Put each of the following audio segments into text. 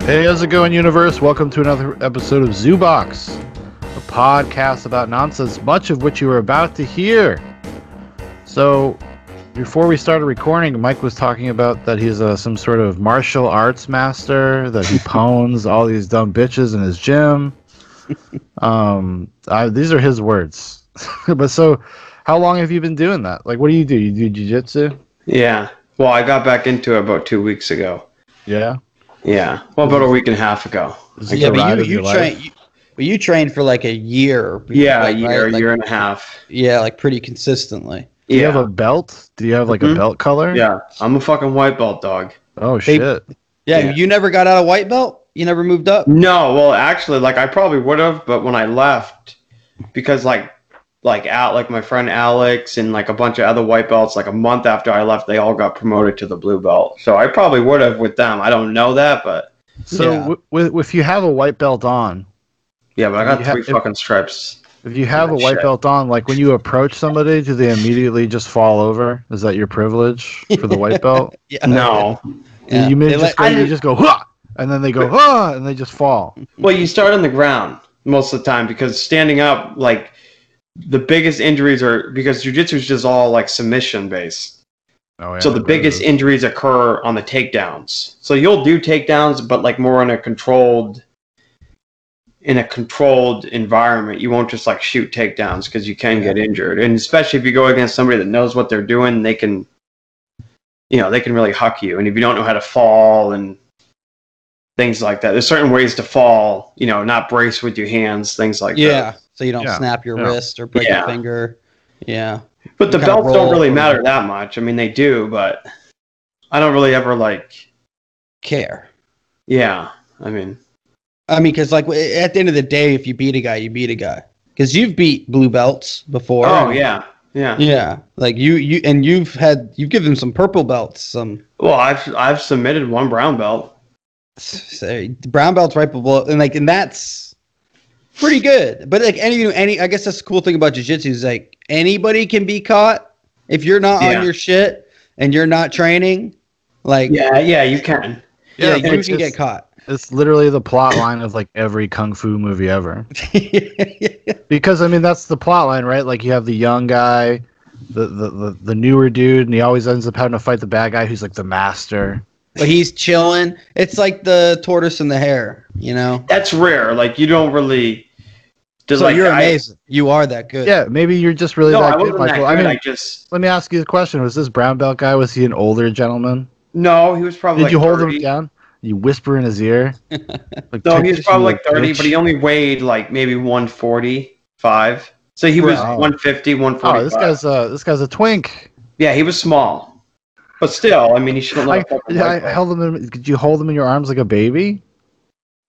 Hey, how's it going, universe? Welcome to another episode of Zoobox, a podcast about nonsense, much of which you are about to hear. So, before we started recording, Mike was talking about that he's uh, some sort of martial arts master, that he pwns all these dumb bitches in his gym. Um, I, these are his words. but so, how long have you been doing that? Like, what do you do? You do jujitsu? Yeah. Well, I got back into it about two weeks ago. Yeah. Yeah. Well, about a week and a half ago. Is this Yeah, the ride but you of your you life? train you, but you trained for like a year. Yeah, like, a year, right? a Like- year and a half. Yeah, like pretty consistently. Do you have Yeah. a belt? Do you have like a Mhm. Mm-hmm. belt color? Yeah. I'm a fucking white belt dog. Oh They- shit. Yeah, Yeah. you never got out of white belt. You never moved up. No, well, actually, like I probably would have, but when I left, because like, like out, like my friend Alex and like a bunch of other white belts, like a month after I left, they all got promoted to the blue belt. So I probably would have with them. I don't know that, but So Yeah. w- w- if you have a white belt on, yeah, but I got You have- three if- fucking stripes. if you have Oh, a white shit. belt on, like when you approach somebody, do they immediately just fall over? Is that your privilege for the white belt? Yeah. No. Yeah. You may They just let- go, I you didn't- just go, Hah! and then they go, Hah! and they just fall. Well, you start on the ground most of the time because standing up, like the biggest injuries are because jujitsu is just all like submission based. Oh, yeah, so the it biggest is. injuries occur on the takedowns. So you'll do takedowns, but like more in a controlled, in a controlled environment. You won't just like shoot takedowns because you can get injured, and especially if you go against somebody that knows what they're doing, they can, you know, they can really huck you. And if you don't know how to fall and things like that, there's certain ways to fall. You know, not brace with your hands, things like that. Yeah. So you don't Yeah, snap your yeah. wrist or break Yeah. your finger. Yeah. But the kinda belts roll don't really from- matter that much. I mean, they do, but I don't really ever like. Care. Yeah, I mean, I mean, because like w- at the end of the day, if you beat a guy, you beat a guy. Because you've beat blue belts before. oh and- yeah, yeah. Yeah. Like you, you, and you've had you've given some purple belts some Well, I've I've submitted one brown belt. So brown belt's right below, and like, and that's pretty good. But like any, any, I guess that's the cool thing about jujitsu is like anybody can be caught if you're not Yeah. on your shit and you're not training. Like, yeah, Yeah, yeah, you can. you yeah, can it's, get caught. it's literally the plot line of like every kung fu movie ever. because I mean that's the plot line, right? Like you have the young guy, the, the the the newer dude, and he always ends up having to fight the bad guy who's like the master. but he's chilling. It's like the tortoise and the hare, you know. That's rare. Like you don't really. Just So like you're I- amazing. you are that good. Yeah, maybe you're just really no, I that good, wasn't that Michael. good. I I, mean, just let me ask you the question: Was this brown belt guy? Was he an older gentleman? no. He was probably. Did like you hold 30. him down? You whisper in his ear. like, No, "Take he was this, probably you like little thirty, but he bitch." only weighed like maybe one forty five. So he was Wow. 150, 145. Oh, this guy's uh, this guy's a twink. Yeah, he was small, but still, I mean, he shouldn't I, let. a fucking yeah, white I belt. held him. In, could you hold him in your arms like a baby?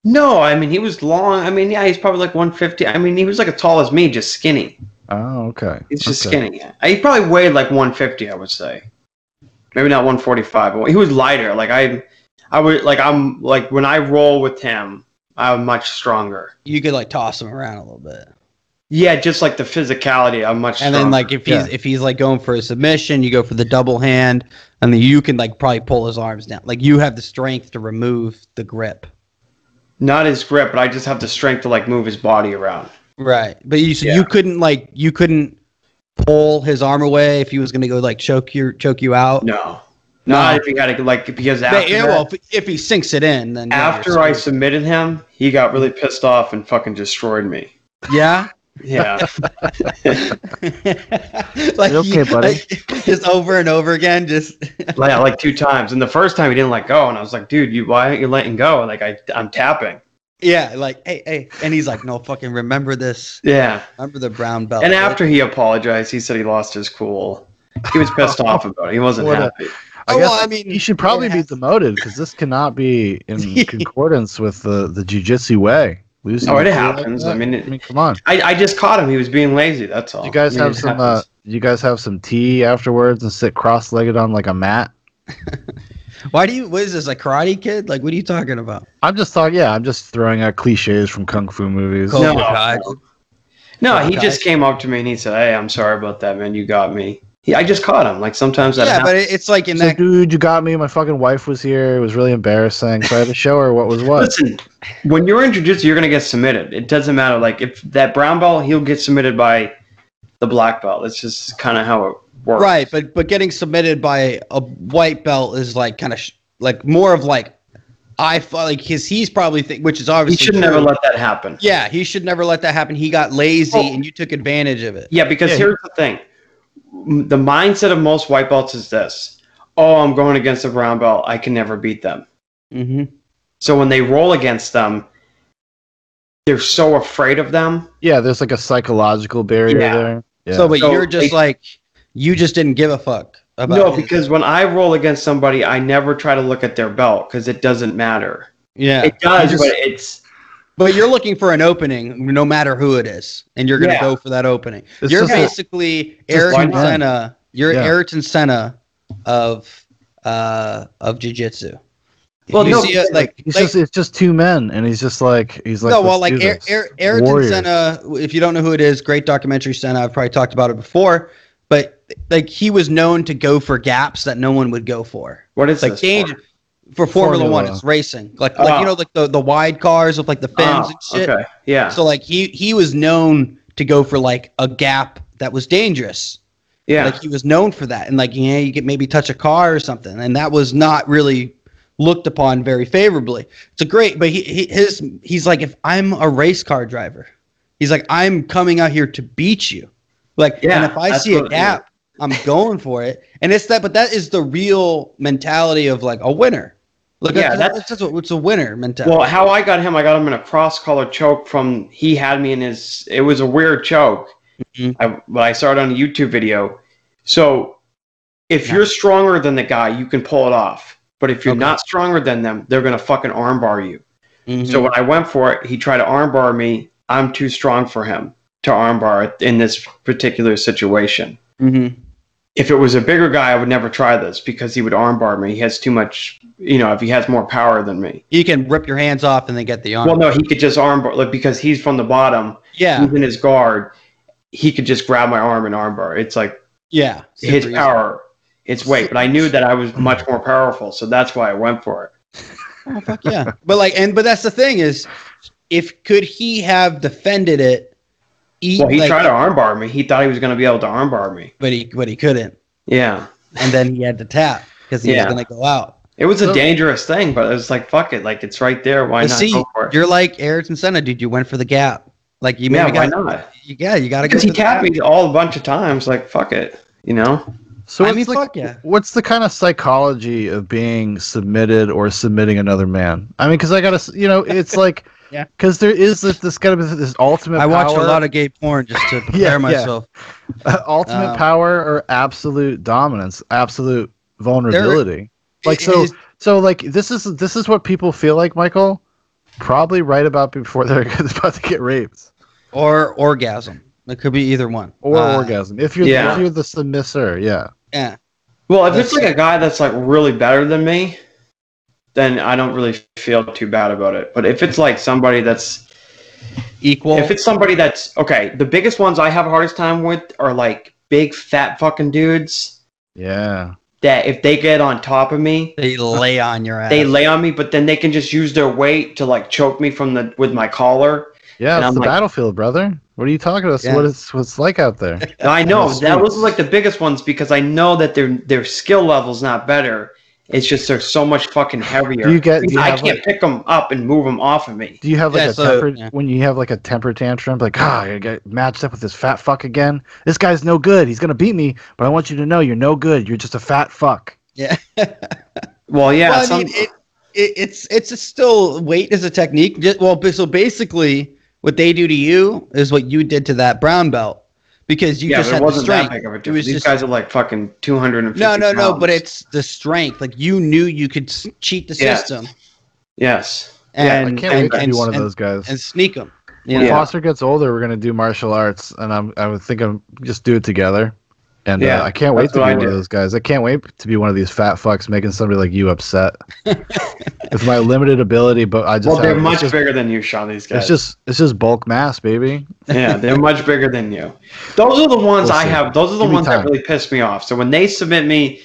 No, I mean, he was long. I mean, yeah, he's probably like 150. I mean, he was like as tall as me, just skinny. Oh, okay. He's just okay. skinny. I- He probably weighed like 150, I would say. Maybe not 145, but he was lighter. Like I, I would like I'm like when I roll with him, I'm much stronger. You could like toss him around a little bit, Yeah, just like the physicality, I'm much. and Stronger. then like if Yeah. he's if he's like going for a submission, you go for the double hand, and then you can like probably pull his arms down. Like you have the strength to remove the grip. not his grip, but I just have the strength to like move his body around. Right. But you so Yeah. you couldn't like you couldn't pull his arm away if he was gonna go like choke you choke you out. No, No. not if you got to like because But, after yeah, that- well, if, if he sinks it in, then yeah, after you're I screwed. submitted him, he got really pissed off and fucking destroyed me. yeah, Yeah. like You okay, he- buddy? like, just over and over again, just yeah, like two times. And the first time he didn't let go, and I was like, "Dude, you why aren't you letting go?" And like I, I'm tapping. yeah, like hey, hey, and he's like, no, fucking remember this, Yeah. remember the brown Oh, belt. and right? after he apologized, he said he lost his cool. He was pissed off about it. He wasn't What a- happy. I oh, guess well, I mean, You should probably it be has- demoted because this cannot be in concordance with the the jujitsu way. Losing Oh, it your cool happens. like I mean, that? it- I mean, come on. I, I just caught him. He was being lazy. That's all. You guys I mean, have it some. Uh, happens. you guys have some tea afterwards and sit cross-legged on like a mat. Why do you? What is this? Like Karate Kid? Like what are you talking about? I'm just talking. Yeah, I'm just throwing out cliches from kung fu movies. No. Cobra Kai? no, he okay. uh, just came up to me and he said, "Hey, I'm sorry about that, man. You got me." He, I just caught him. Like sometimes that. yeah, happens. but it, it's like in So, that. dude, you got me. My fucking wife was here. It was really embarrassing. So I had to show her what was what. Listen, when you're in jiu-jitsu, you're going to get submitted. It doesn't matter. Like if that brown belt, he'll get submitted by the black belt. That's just kind of how it works. Right, but but getting submitted by a white belt is like kind of sh- like more of like I fu- like his he's probably think which is He obviously should true. never let that happen. yeah he should never let that happen. He got lazy Oh. and you took advantage of it. Yeah, because Yeah. here's the thing: M- the mindset of most white belts is this: Oh, I'm going against a brown belt. I can never beat them. Mm-hmm. So when they roll against them, they're so afraid of them. Yeah, there's like a psychological barrier Yeah. there. Yeah. So, but So you're just they- like you just didn't give a fuck about no, his- because when I roll against somebody, I never try to look at their belt because it doesn't matter. yeah It does, You just- but it's But you're looking for an opening, no matter who it is, and you're going to Yeah. go for that opening. It's you're just a- basically just Ayrton like that. Senna. You're Yeah. Ayrton Senna of uh, of jujitsu. Well, you no, see it, like, He's like- just it's just two men, and he's just like he's like no, well, "Let's like do Air, this." Air, Ayrton Warriors. Senna. If you don't know who it is, great documentary Senna. I've probably talked about it before, but like he was known to go for gaps that no one would go for. what is like this? danger for? for, Formula, Formula. One. It's racing, like like Oh. you know, like the the wide cars with like the fins Oh, and shit. Okay. Yeah. So like he he was known to go for like a gap that was dangerous. yeah. Like he was known for that, and like you know you could maybe touch a car or something, and that was not really looked upon very favorably. It's a great, but he, he his he's like if I'm a race car driver, he's like I'm coming out here to beat you. Like Yeah, and if I see a absolutely. gap, I'm going for it. And it's that, but that is the real mentality of like a winner. Like Yeah, that's, that's- that's, what it's a winner mentality. well, how I got him, I got him in a cross collar choke from he had me in his. It was a weird choke. Mhm. I, but I saw it on a YouTube video. So if Yeah. you're stronger than the guy, you can pull it off. But if you're Okay. not stronger than them, they're gonna fucking armbar you. Mhm. So when I went for it, he tried to armbar me. I'm too strong for him to armbar in this particular situation. Mhm. If it was a bigger guy, I would never try this because he would armbar me. He has too much, you know, if he has more power than me. You can rip your hands off and then get the arm. Well, no, Mm-hmm. he could just armbar like because he's from the bottom. Um, yeah, He's in his guard. He could just grab my arm and armbar. It's like yeah. his Super easy. power, its weight. But I knew that I was much more powerful, so that's why I went for it. Oh, fuck yeah. But like, and but that's the thing is, if could he have defended it? He, Well, he like- tried to armbar me. He thought he was going to be able to armbar me. but he but he couldn't, Yeah, and then he had to tap because he Yeah. was gonna go out. it was a So- dangerous thing, but it was like fuck it, like it's right there. Why But not see, go for it? you're like Ayrton Senna, dude. You went for the gap. Like you yeah, maybe why got not? you, yeah you got to go. Because he for the tapped gap. me all a bunch of times. Like fuck it, you know. So I what's mean, the- fuck yeah. What's the kind of psychology of being submitted or submitting another man? I mean, because I gotta, s- you know, it's like, Yeah. because there is this, this gotta be this ultimate. I watch a power- lot of gay porn just to prepare yeah. myself. ultimate um, power or absolute dominance, absolute vulnerability. Like It so, is- so like this is this is what people feel like, Michael. Probably right about before they're about to get raped or orgasm. It could be either one. or Uh, orgasm. If you're yeah. if you're the submissive, yeah. Yeah. Well, if it's That's- like a guy that's like really better than me, then I don't really feel too bad about it. But if it's like somebody that's Equal. if it's somebody that's okay, the biggest ones I have a hardest time with are like big fat fucking dudes Yeah. that if they get on top of me, they lay on your ass. they lay on me, but then they can just use their weight to like choke me from the with my collar. Yeah, And it's I'm the like- battlefield, brother. What are you talking about? Yeah. What is what's like out there? And I know that's that sweet. was like the biggest ones because I know that their their skill level's not better. It's just they're so much fucking heavier. Do you get- do you I have, can't pick them up and move them off of me. Do you have like Yeah, a so- temper yeah. when you have like a temper tantrum? Like, ah, I get matched up with this fat fuck again. This guy's no good. He's gonna beat me, but I want you to know you're no good. You're just a fat fuck. Well, yeah, well, I some- mean, it, it, it's it's a still weight is a technique. Ju- well, ba- so basically, what they do to you is what you did to that brown belt because you yeah, but just it had the wasn't that strength. big of a It was difference. These just- guys are like fucking 250 No, no, no. pounds. But it's the strength. Like you knew you could s- cheat the Yeah. system yes. Yeah, and I can't and, wait to and, be one of and- those guys. and sneak them. You when know? Yeah. Foster gets older, we're gonna do martial arts, and I'm I would think I'm just do it together. And Yeah, uh, I can't wait that's to be what I one of do. those guys. I can't wait to be one of these fat fucks making somebody like you upset. with my limited ability, but I just Well, they're have- it's much just- bigger than you, Sean. These guys. It's just it's just bulk mass, baby. yeah, they're much bigger than you. Those are the ones I Listen, have. Those are the give me ones time. that really piss me off. So when they submit me,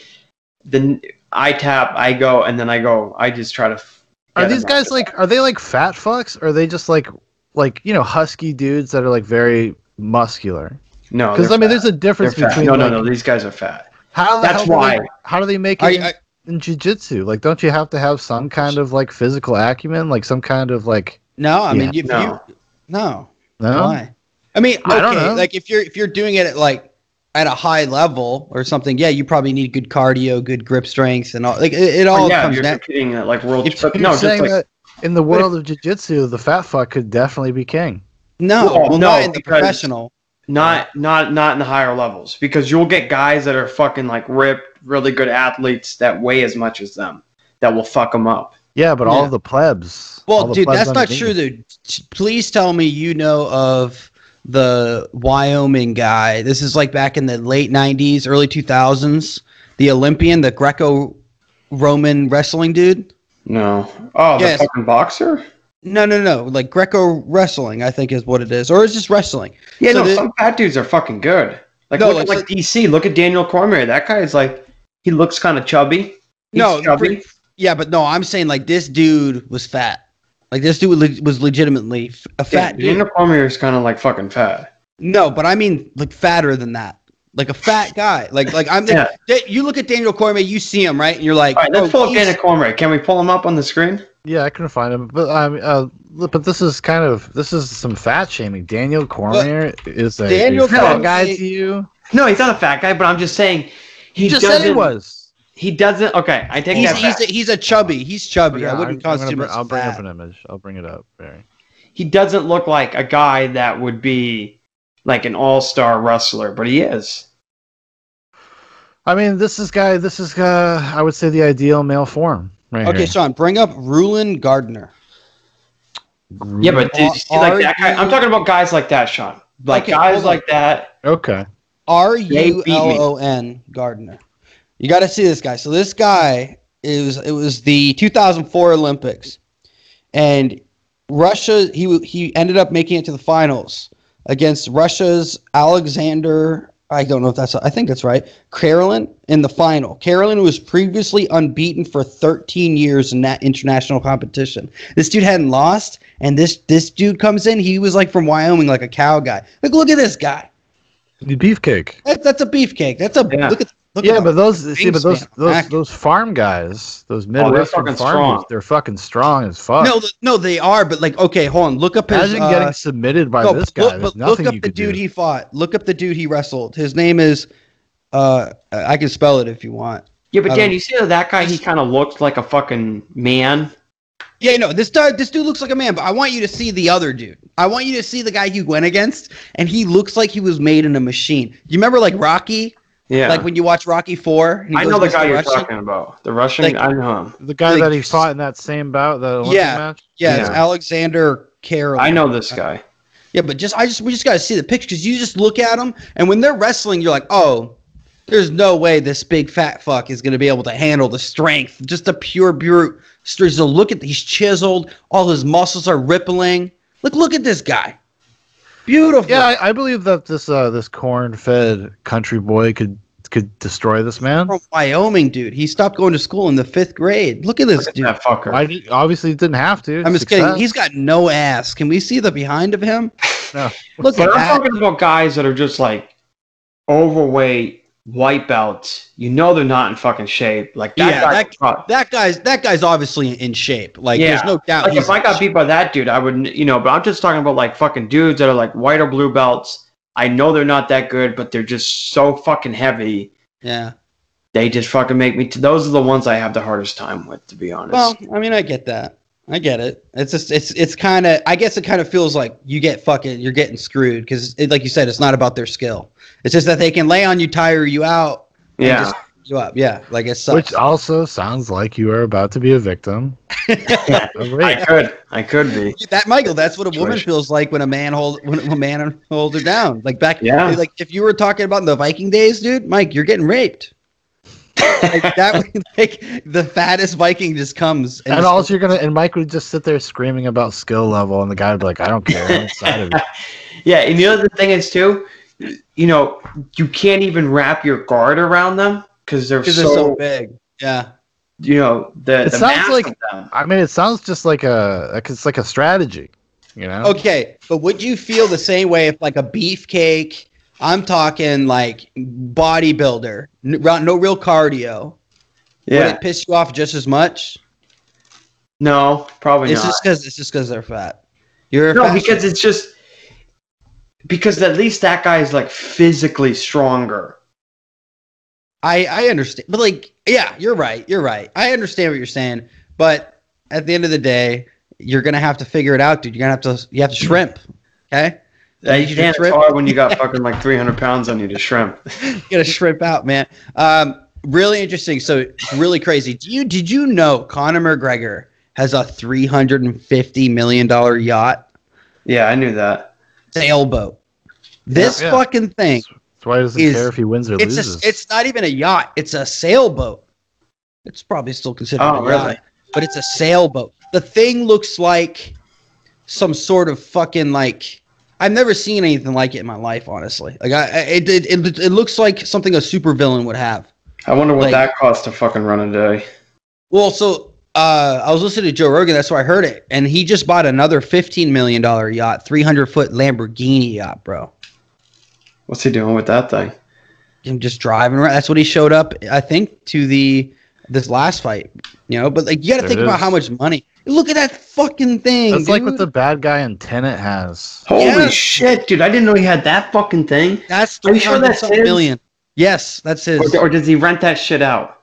then I tap, I go, and then I go. I just try to. f- Are get these them guys out. like are they like fat fucks? Or are they just like like you know husky dudes that are like very muscular? No, Because Oh, they're I mean, fat. there's a difference They're fat. between No, like, no, no. These guys are fat. How the That's hell do they- why. how do they make it Are you- in, in jujitsu? Like, don't you have to have some kind of like physical acumen, like some kind of like No, I Yeah. mean, if No. you no, no? why? I mean, okay, I don't know. like if you're if you're doing it at like at a high level or something, yeah, you probably need good cardio, good grip strength, and all. Like it, it all Oh, yeah, comes you're down. competing at like world. If but you're no, just saying like that in the world of jujitsu, the fat fuck could definitely be king. No, Well, well, no, not in the because- professional. not not not in the higher levels because you'll get guys that are fucking like ripped, really good athletes that weigh as much as them that will fuck them up. Yeah, but all Yeah. the plebs. all Well, the dude, plebs that's not underneath. true, dude. T- Please tell me you know of the Wyoming guy. This is like back in the late 90s, early 2000s. The Olympian, the Greco Roman wrestling dude. No. Oh, Yes. the fucking boxer. No, no, no. Like Greco wrestling, I think is what it is. Or it's just wrestling. Yeah, So no, the- some fat dudes are fucking good. Like No, look at like- like DC. Look at Daniel Cormier. That guy is like he looks kind of chubby. He's No, chubby. Yeah, but no, I'm saying like this dude was fat. Like this dude was leg- was legitimately f- a Yeah, fat dude. Daniel Cormier is kind of like fucking fat. No, but I mean like fatter than that. Like a fat guy. Like like I'm Yeah. that- you look at Daniel Cormier, you see him, right? And you're like, All right, oh, let's pull up he's- Daniel Cormier. Can we pull him up on the screen? Yeah, I couldn't find him, but um, uh, li- but this is kind of this is some fat shaming. Daniel Cormier is a Daniel a fat Cormier- guy to you. No, he's not a fat guy, but I'm just saying he You just doesn't. said he was. He doesn't. Okay, I take He's, that back. he's, a, he's a chubby. He's chubby. Yeah, I wouldn't I'm- I'm cause gonna too br- much. I'll bring fat. up an image. I'll bring it up. Barry. he doesn't look like a guy that would be like an all-star wrestler, but he is. I mean, this is guy. This is uh, I would say the ideal male form. Right Okay, here. Sean, bring up Rulin Gardner. Yeah, but did you see Are like that guy? I'm you- talking about guys like that, Sean. Like Okay, guys hold on. like that. okay. R beat me. U L O N Gardner. You got to see this guy. So this guy is it was the 2004 Olympics, and Russia. He w- he ended up making it to the finals against Russia's Alexander. I don't know if that's I think that's right. Carolyn in the final. Carolyn was previously unbeaten for 13 years in that international competition. This dude hadn't lost, and this this dude comes in. He was like from Wyoming, like a cow guy. Like look at this guy. The beefcake. That, that's a beefcake. That's a Yeah. look at look yeah, at but those see, but those wingspan. those, Back. those farm guys, those Oh, they're Midwestern fucking farm strong. dudes, they're fucking strong as fuck. no, th- no, they are. But like, okay, hold on. Look up his. Imagine uh, getting submitted by no, this look- guy. There's but look nothing up you the could dude do. he fought. Look up the dude he wrestled. His name is. Uh, I can spell it if you want. Yeah, but I Dan, don't- you see how that guy? He kind of looked like a fucking man. Yeah, no, this dude, this dude looks like a man, but I want you to see the other dude. I want you to see the guy you went against, and he looks like he was made in a machine. You remember like Rocky, Yeah, like when you watch Rocky Four? and he I goes know the against guy you're Russian? talking about. The Russian. Like- I know him. The guy Like, that he just- fought in that same bout, the Olympic Yeah. match. Yeah, it's Yeah. Alexander Carroll. I know this guy. Yeah, but just I just we just got to see the picture because you just look at them and when they're wrestling, you're like, oh, there's no way this big fat fuck is going to be able to handle the strength. Just a pure brute. So just look at he's chiseled. All his muscles are rippling. Look, look at this guy. Beautiful. Yeah, I, I believe that this uh, this corn-fed country boy could could destroy this man. from Wyoming, dude. He stopped going to school in the fifth grade. Look at this Look at dude. that fucker. I did- obviously he didn't have to. I'm just Success. kidding. He's got no ass. Can we see the behind of him? No. Look at but that. I'm talking about guys that are just like overweight, white belts. You know they're not in fucking shape. Like that Yeah, guy. that- probably- That guy's that guy's obviously in shape. Like Yeah. there's no doubt. like he's if I in got shape. beat by that dude, I would, you know. But I'm just talking about like fucking dudes that are like white or blue belts. I know they're not that good, but they're just so fucking heavy. yeah. They just fucking make me. T- those are the ones I have the hardest time with, to be honest. Well, I mean, I get that. I get it. It's just it's it's kind of I guess it kind of feels like you get fucking you're getting screwed because like you said, it's not about their skill. It's just that they can lay on you, tire you out. and yeah, just you up. Yeah, like it sucks. Which also sounds like you are about to be a victim of rape. I could. I could be. that Michael, that's what a woman Situation. feels like when a man hold when a man holds her down. Like back, Yeah. Like if you were talking about the Viking days, dude, Mike, you're getting raped. Like that, like the fattest Viking just comes and, and just- also, you're gonna and Mike would just sit there screaming about skill level, and the guy would be like, "I don't care, I'm inside of it." Yeah, and the other thing is too, you know, you can't even wrap your guard around them because they're 'cause so, they're so big. Yeah, you know the, It the sounds mass like- of them. I mean, it sounds just like a like it's like a strategy, you know? Okay, but would you feel the same way if like a beefcake? I'm talking like bodybuilder, n- no real cardio. Yeah. Would it piss you off just as much? no, probably it's not. just because it's just because they're fat. You're a No, fat because it's just because at least that guy is like physically stronger. I I understand, but like, yeah, you're right. You're right. I understand what you're saying, but at the end of the day, you're gonna have to figure it out, dude. You're gonna have to you have to shrimp. Okay, Yeah, you you can't shrimp? hard when you got fucking like 300 pounds on you to shrimp. you gotta shrimp out, man. Um, really interesting. So really crazy. Do you did you know Conor McGregor has a 350 million dollar yacht Yeah, I knew that. sailboat? This Yeah. fucking thing. That's why he doesn't Is- care if he wins or It's loses. a, it's not even a yacht. It's a sailboat. It's probably still considered Oh, a yacht, really? but it's a sailboat. The thing looks like some sort of fucking like I've never seen anything like it in my life, honestly. Like I, I it it, it, it looks like something a supervillain would have. I wonder what Like- that costs to fucking run a day. Well, so uh, I was listening to Joe Rogan. That's where I heard it, and he just bought another fifteen million dollar yacht, three hundred foot Lamborghini yacht, bro. What's he doing with that thing? him just driving around. That's what he showed up, I think, to the this last fight. You know, but like you got to There think it about is. how much money. Look at that fucking thing. That's like what dude. the bad guy in Tenet has. Holy Yeah. shit, dude! I didn't know he had that fucking thing. That's Are three you sure hundred that's his? million. Yes, that's his. Or, or does he rent that shit out?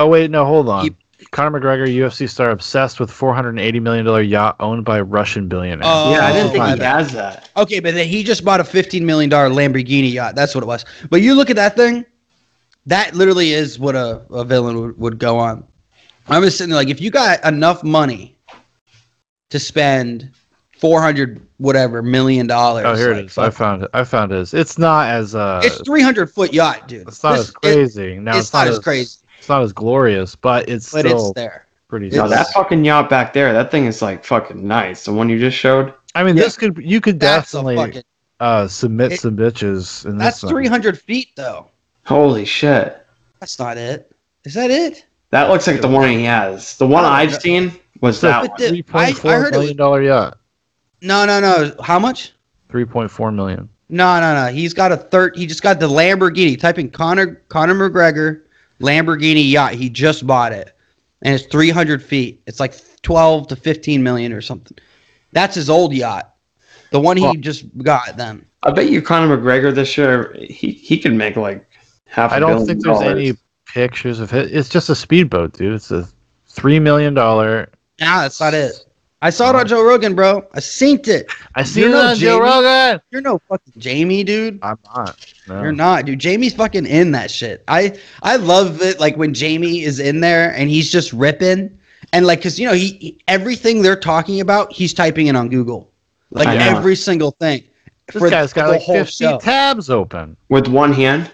Oh wait, no, hold on. He- Conor McGregor, UFC star, obsessed with 480 million dollar yacht owned by a Russian billionaire. Oh, yeah, I didn't think my he bad. has that. Okay, but then he just bought a fifteen million dollar Lamborghini yacht. That's what it was. But you look at that thing, that literally is what a, a villain would, would go on. I'm just sitting there like, if you got enough money to spend four hundred whatever million dollars, Oh, here like, it is. I found it. I found it. It's not as uh, it's three hundred foot yacht, dude. it's not This- as crazy. now it's not as crazy. It's not as glorious, but it's but still it's there. pretty. No, No, nice. that fucking yacht back there. That thing is like fucking nice. The one you just showed. I mean, yeah. this could you could That's a definitely fucking. uh, submit It- some bitches in That's this. one. three hundred feet though. Holy shit! That's not it. Is that it? That looks like the one he has. The one Oh, I've that- seen was So- that But one. the- Three I, I point four heard it was, million dollar yacht. no, no, no. How much? Three point four million. No, no, no. He's got a third. He just got the Lamborghini. Type in Conor Conor McGregor Lamborghini yacht. He just bought it, and it's three hundred feet. It's like twelve to fifteen million or something. That's his old yacht, the one he Oh. just got. Then I bet you Conor McGregor this year he he could make like half. I I don't think there's any pictures of it. It's just a speedboat, dude. It's a three million dollar. nah, that's not it. I saw it on Joe Rogan, bro. I synced it. I see You're it not on Joe Jamie? Rogan. You're no fucking Jamie, dude. I'm not. No. Oh. You're not, dude. Jamie's fucking in that shit. I I love it. Like when Jamie is in there and he's just ripping, and like, cause you know he, he- everything they're talking about, he's typing in on Google, like I know. every single thing. This for guy's got the like whole 50 show. tabs open. with one hand.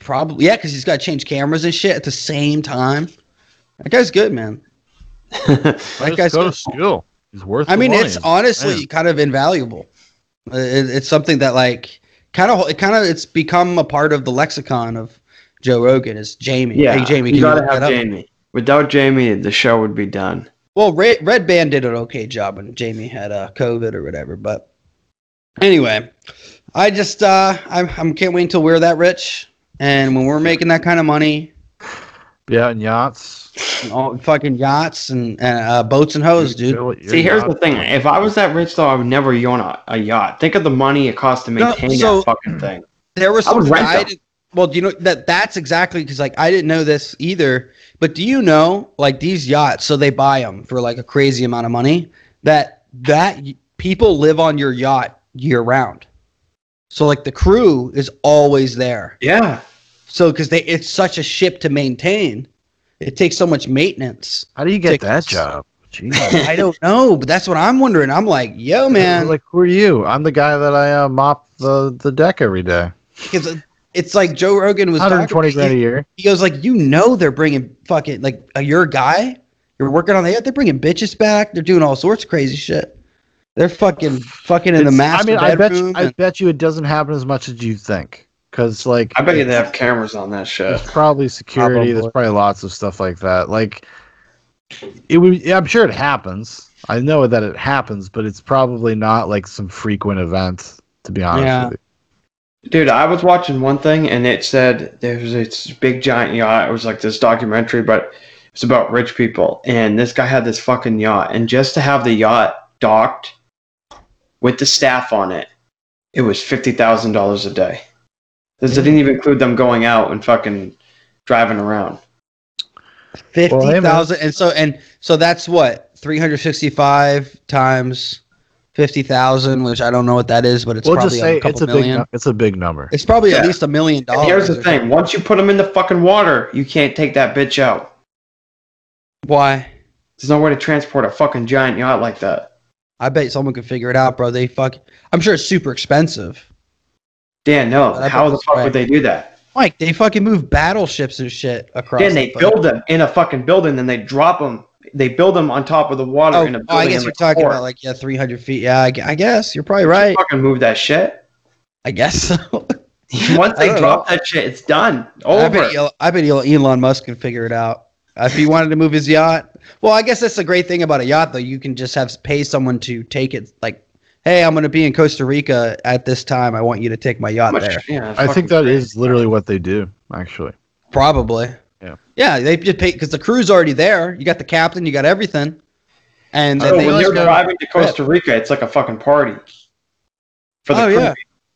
Probably, yeah, cause he's got to change cameras and shit at the same time. That guy's good, man. That Just guy's go good. to school. He's worth. I the mean, money. it's honestly Man. kind of invaluable. Uh, It, it's something that like kind of it kind of it's become a part of the lexicon of Joe Rogan. Is Jamie? yeah, hey, Jamie, you can you gotta look that have up? Jamie. Without Jamie, the show would be done. Well, Red, Red Band did an okay job when Jamie had uh, COVID or whatever. But anyway, I just uh, I'm, I'm can't wait until we're that rich, and when we're making that kind of money, yeah, and yachts. and all fucking yachts and, and uh, boats and hoes, dude. Your See, here's yacht- the thing: if I was that rich, though, I would never own a, a yacht. Think of the money it costs to No, maintain so- that fucking thing. There was I would something rent I them. did. Well, do you know that that's exactly because like I didn't know this either. But do you know like these yachts? So they buy them for like a crazy amount of money. That that y- people live on your yacht year round. So like the crew is always there. Yeah, So because they it's such a ship to maintain, it takes so much maintenance. How do you get Take- that job? Jeez. I don't know, but that's what I'm wondering. I'm like, yo, man, like who are you? I'm the guy that I uh, mop the the deck every day. 'cause it- it's like Joe Rogan was talking- 120 grand a he, year. he goes like, you know, they're bringing fucking like uh, you're a guy, you're working on the they're bringing bitches back, they're doing all sorts of crazy shit. They're fucking fucking in the It's- master I mean, I bet you, bedroom I and- bet you it doesn't happen as much as you think. Because like, I bet you they have cameras on that shit. There's probably security. There's Probably. probably lots of stuff like that. Like it would. yeah, I'm sure it happens. I know that it happens, but it's probably not like some frequent event. To be honest Yeah. with Dude, I was watching one thing and it said there was this big giant yacht. It was like this documentary, but it's about rich people. And this guy had this fucking yacht. And just to have the yacht docked with the staff on it, it was $50,000 a day. This didn't even include them going out and fucking driving around. Fifty Well, hey, man. thousand, and so and so that's what three hundred sixty-five times fifty thousand, which I don't know what that is, but it's you. We'll probably just say a couple it's a million. big. nu- It's a big number. it's probably at Yeah. least a million And dollars. here's or the thing once you put them in the fucking water, you can't take that bitch out. something. Why? There's no way to transport a fucking giant yacht like that. I bet someone could figure it out, bro. They fuck. I'm sure it's super expensive. Dan, no. That How the was fuck right. would they do that? Like they fucking move battleships and shit across. Then they that fucking- build them in a fucking building, then they drop them. They build them on top of the water Oh, in a building. oh, I guess and you're talking record. about like yeah, three hundred feet. Yeah, I, gu- I guess you're probably Can't right. Fucking move that shit. I guess so. Once I they don't drop that shit, it's done. I Over. bet, El- I bet El- Elon Musk can figure it out. Uh, If he wanted to move his yacht, well, I guess that's the great thing about a yacht, though. You can just have pay someone to take it. Like, hey, I'm going to be in Costa Rica at this time. I want you to take my How yacht much- there. yeah, I fucking think that crazy. is literally what they do. Actually, Probably. Yeah. Yeah, they just pay because the crew's already there. You got the captain. You got everything. And So then they Oh, when just they're go- driving to Costa Rica, it's like a fucking party. For the Oh, yeah.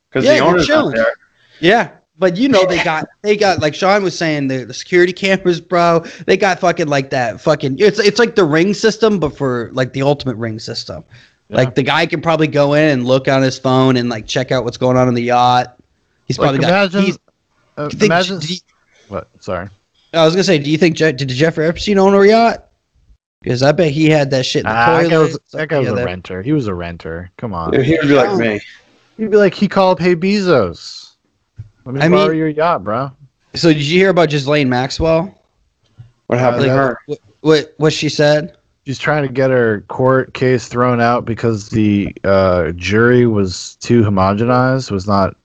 Because Yeah, the they're owner's not chilling. there. Yeah. But you know they got they got like Sean was saying the, the security cameras, bro. They got fucking like that fucking it's it's like the ring system, but for like the ultimate ring system. Yeah. Like the guy can probably go in and look on his phone and like check out what's going on in the yacht. He's like, probably got. imagine. he's- uh, you think- imagine. do you- What? Sorry. I was gonna say, do you think Je- did Jeffrey Epstein own a yacht? Because I bet he had that shit in the Ah, that guy toilet. was, that guy was Yeah, a that- renter. He was a renter. Come on. Dude, He would be like Oh. me. He'd be like, he called, hey Bezos, let me I mean- borrow your yacht, bro. So did you hear about Ghislaine Maxwell? What happened to Uh, her? What what, what she said? She's trying to get her court case thrown out because the uh, jury was too homogenized. Was not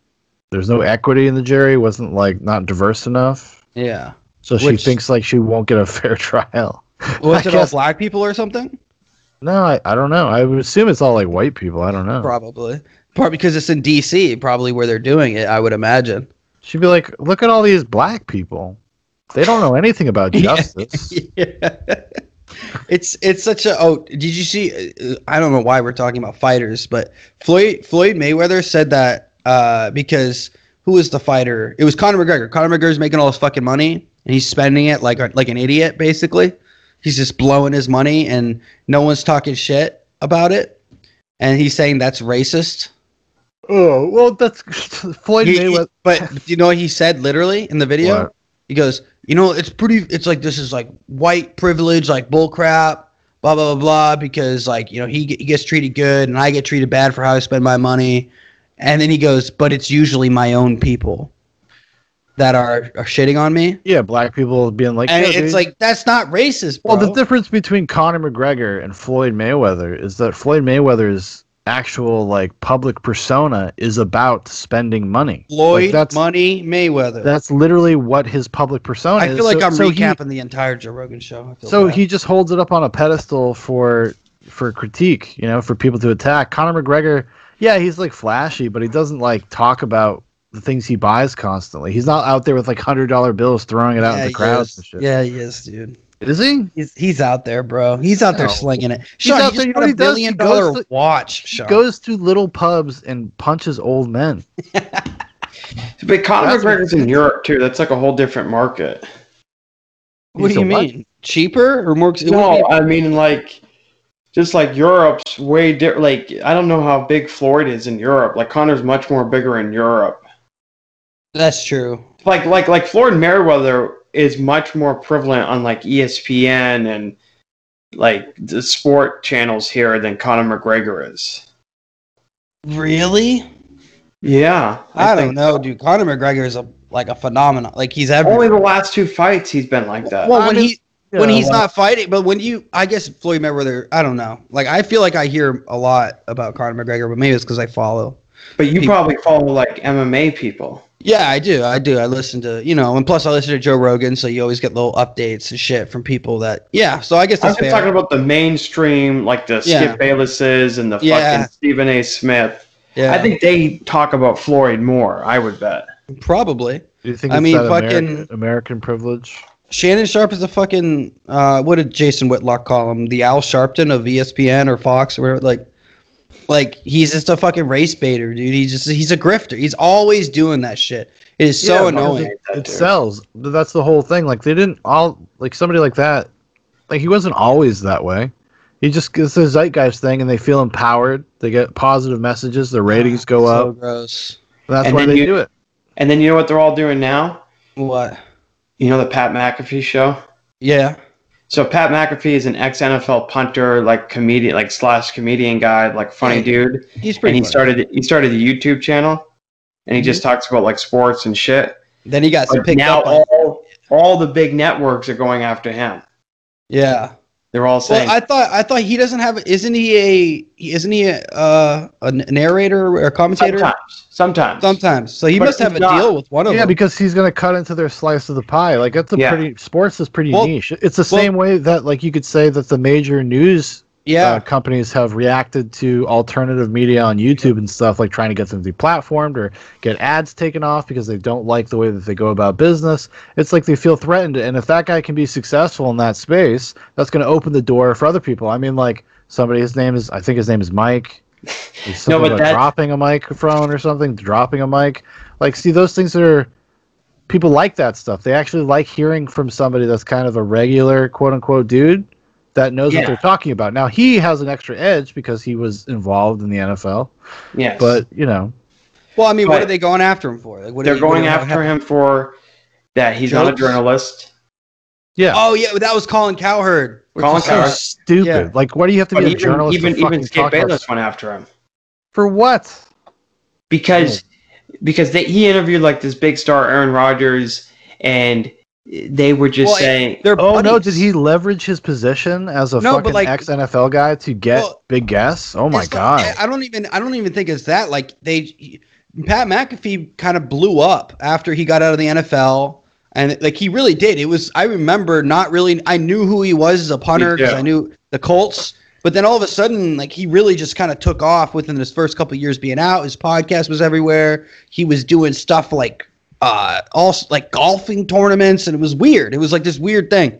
there's no equity in the jury. wasn't like not diverse enough. Yeah. So she Which- thinks like she won't get a fair trial. Was I it all guess- black people or something? No, I, I don't know. I would assume it's all like white people. I don't know. Probably. Part because it's in DC, probably where they're doing it, I would imagine. She'd be like, look at all these black people. They don't know anything about Yeah. justice. it's it's such a oh, did you see uh, I don't know why we're talking about fighters, but Floyd Floyd Mayweather said that uh because who was the fighter? It was Conor McGregor. Conor McGregor's making all his fucking money and he's spending it like a- like an idiot basically. He's just blowing his money and no one's talking shit about it. And he's saying that's racist. oh well, that's Floyd He- he- Mayweather. but you know what he said literally in the video? What? He goes, you know, it's pretty. It's like this is like white privilege, like bull crap, blah blah blah blah. Because like you know he, ge- he gets treated good and I get treated bad for how I spend my money, and then he goes, but it's usually my own people that are are shitting on me, Yeah, black people being like, and "Yeah, it's dude." like that's not racist, bro. Well, the difference between Conor McGregor and Floyd Mayweather is that Floyd Mayweather's actual like public persona is about spending money. Floyd like, that's Money Mayweather. that's literally what his public persona I is. feel like So- I'm so he- recapping the entire Joe Rogan show. I feel so bad. he just holds it up on a pedestal for for critique, you know, for people to attack. Conor McGregor, yeah, he's like flashy, but he doesn't like talk about the things he buys constantly. He's not out there with like hundred dollar bills throwing it out in Yeah, the he crowds is. and shit. Yeah, he is, dude. Is he? He's he's out there, bro. He's out there No. slinging it. Sean, out you there, you just know got what a he does? He billion goes dollar to- watch. Sean. Goes to little pubs and punches old men. But Conor That's what- McGregor's in Europe too. That's like a whole different market. what do he's you a what? mean? Cheaper or more? ex- it would No, be- I mean like just like Europe's way different. Like I don't know how big Floyd is in Europe. Like Connor's much more bigger in Europe. that's true. like like like Floyd Merriweather is much more prevalent on like E ESPN and like the sport channels here than Conor McGregor is. Really? Yeah, I, think don't know, dude. Conor McGregor is a like a phenomenon. Like he's Only ever the last two fights he's been like that. well when I he when Yeah, he's well, not fighting, but when you, I guess Floyd Mayweather, I don't know. Like I feel like I hear a lot about Conor McGregor, but maybe it's because I follow. but you people- probably follow like MMA people. Yeah, I do. I do. I listen to you know, and plus I listen to Joe Rogan, so you always get little updates and shit from people that. Yeah, so I guess I'm that's just fair. talking about the mainstream, like the Yeah. Skip Baylesses and the Yeah. fucking Stephen A. Smith. yeah, I think they talk about Floyd more. I would bet. probably. Do you think I it's mean, that American, fucking- American privilege? Shannon Sharp is a fucking uh, what did Jason Whitlock call him? The Al Sharpton of E ESPN or Fox or whatever. Like, like he's just a fucking race baiter, dude. He's just he's a grifter. He's always doing that shit. It is so Yeah, annoying. That It dude. sells. That's the whole thing. Like they didn't all like somebody like that. Like he wasn't always that way. He just it's a zeitgeist thing, and they feel empowered. They get positive messages. Their ratings go so up. gross. That's And why then they you- do it. And then you know what they're all doing now? What? You know the Pat McAfee show. Yeah. So Pat McAfee is an ex NFL punter, like comedian, like slash comedian guy, like funny Right. dude. He's And pretty. he funny. started he started a YouTube channel, and he just talks about like sports and shit. then he got But picked now up. on- all all the big networks are going after him. yeah. They're all saying, Well, I thought I thought he doesn't have. Isn't he a? Isn't he a, uh, a narrator or a commentator? sometimes, sometimes, Sometimes. So he But must have he's a not. deal with one of Yeah, them. because he's gonna cut into their slice of the pie. Like that's a Yeah. pretty sports is pretty Well- niche. It's the same way that like you could say that the major news yeah. uh, companies have reacted to alternative media on YouTube and stuff, like trying to get them deplatformed or get ads taken off because they don't like the way that they go about business. It's like they feel threatened, and if that guy can be successful in that space, that's gonna open the door for other people. I mean, like somebody, his name is I think his name is Mike. There's No, Something but about that- dropping a microphone or something, dropping a mic. Like, see, those things are people like that stuff. They actually like hearing from somebody that's kind of a regular quote unquote dude that knows Yeah. what they're talking about. Now he has an extra edge because he was involved in the NFL, yes, but you know, Well, I mean, what But- are they going after him for? Like, what are they're they- going what are- after him for that. He's not a Jokes? journalist. yeah, Oh yeah, that was Colin Cowherd. which Colin is so Cowherd. stupid. Yeah. Like, why do you have to But be a even journalist? even to fucking even Skip talk about- Bayless went after him. for what? because because they, he interviewed like this big star Aaron Rodgers, and they were just Well, saying, They're Oh no! buddies. Did he leverage his position as a No, but, fucking like- ex NFL guy to get Well, big guests? Oh my It's like- god! I, I don't even. I don't even think it's that. Like they, he- Pat McAfee kind of blew up after he got out of the NFL, and like he really did. It was. I remember not really. I knew who he was as a punter because too. I knew the Colts. But then all of a sudden, like he really just kind of took off within his first couple years being out. His podcast was everywhere. He was doing stuff like uh also like golfing tournaments, and it was weird. It was like this weird thing.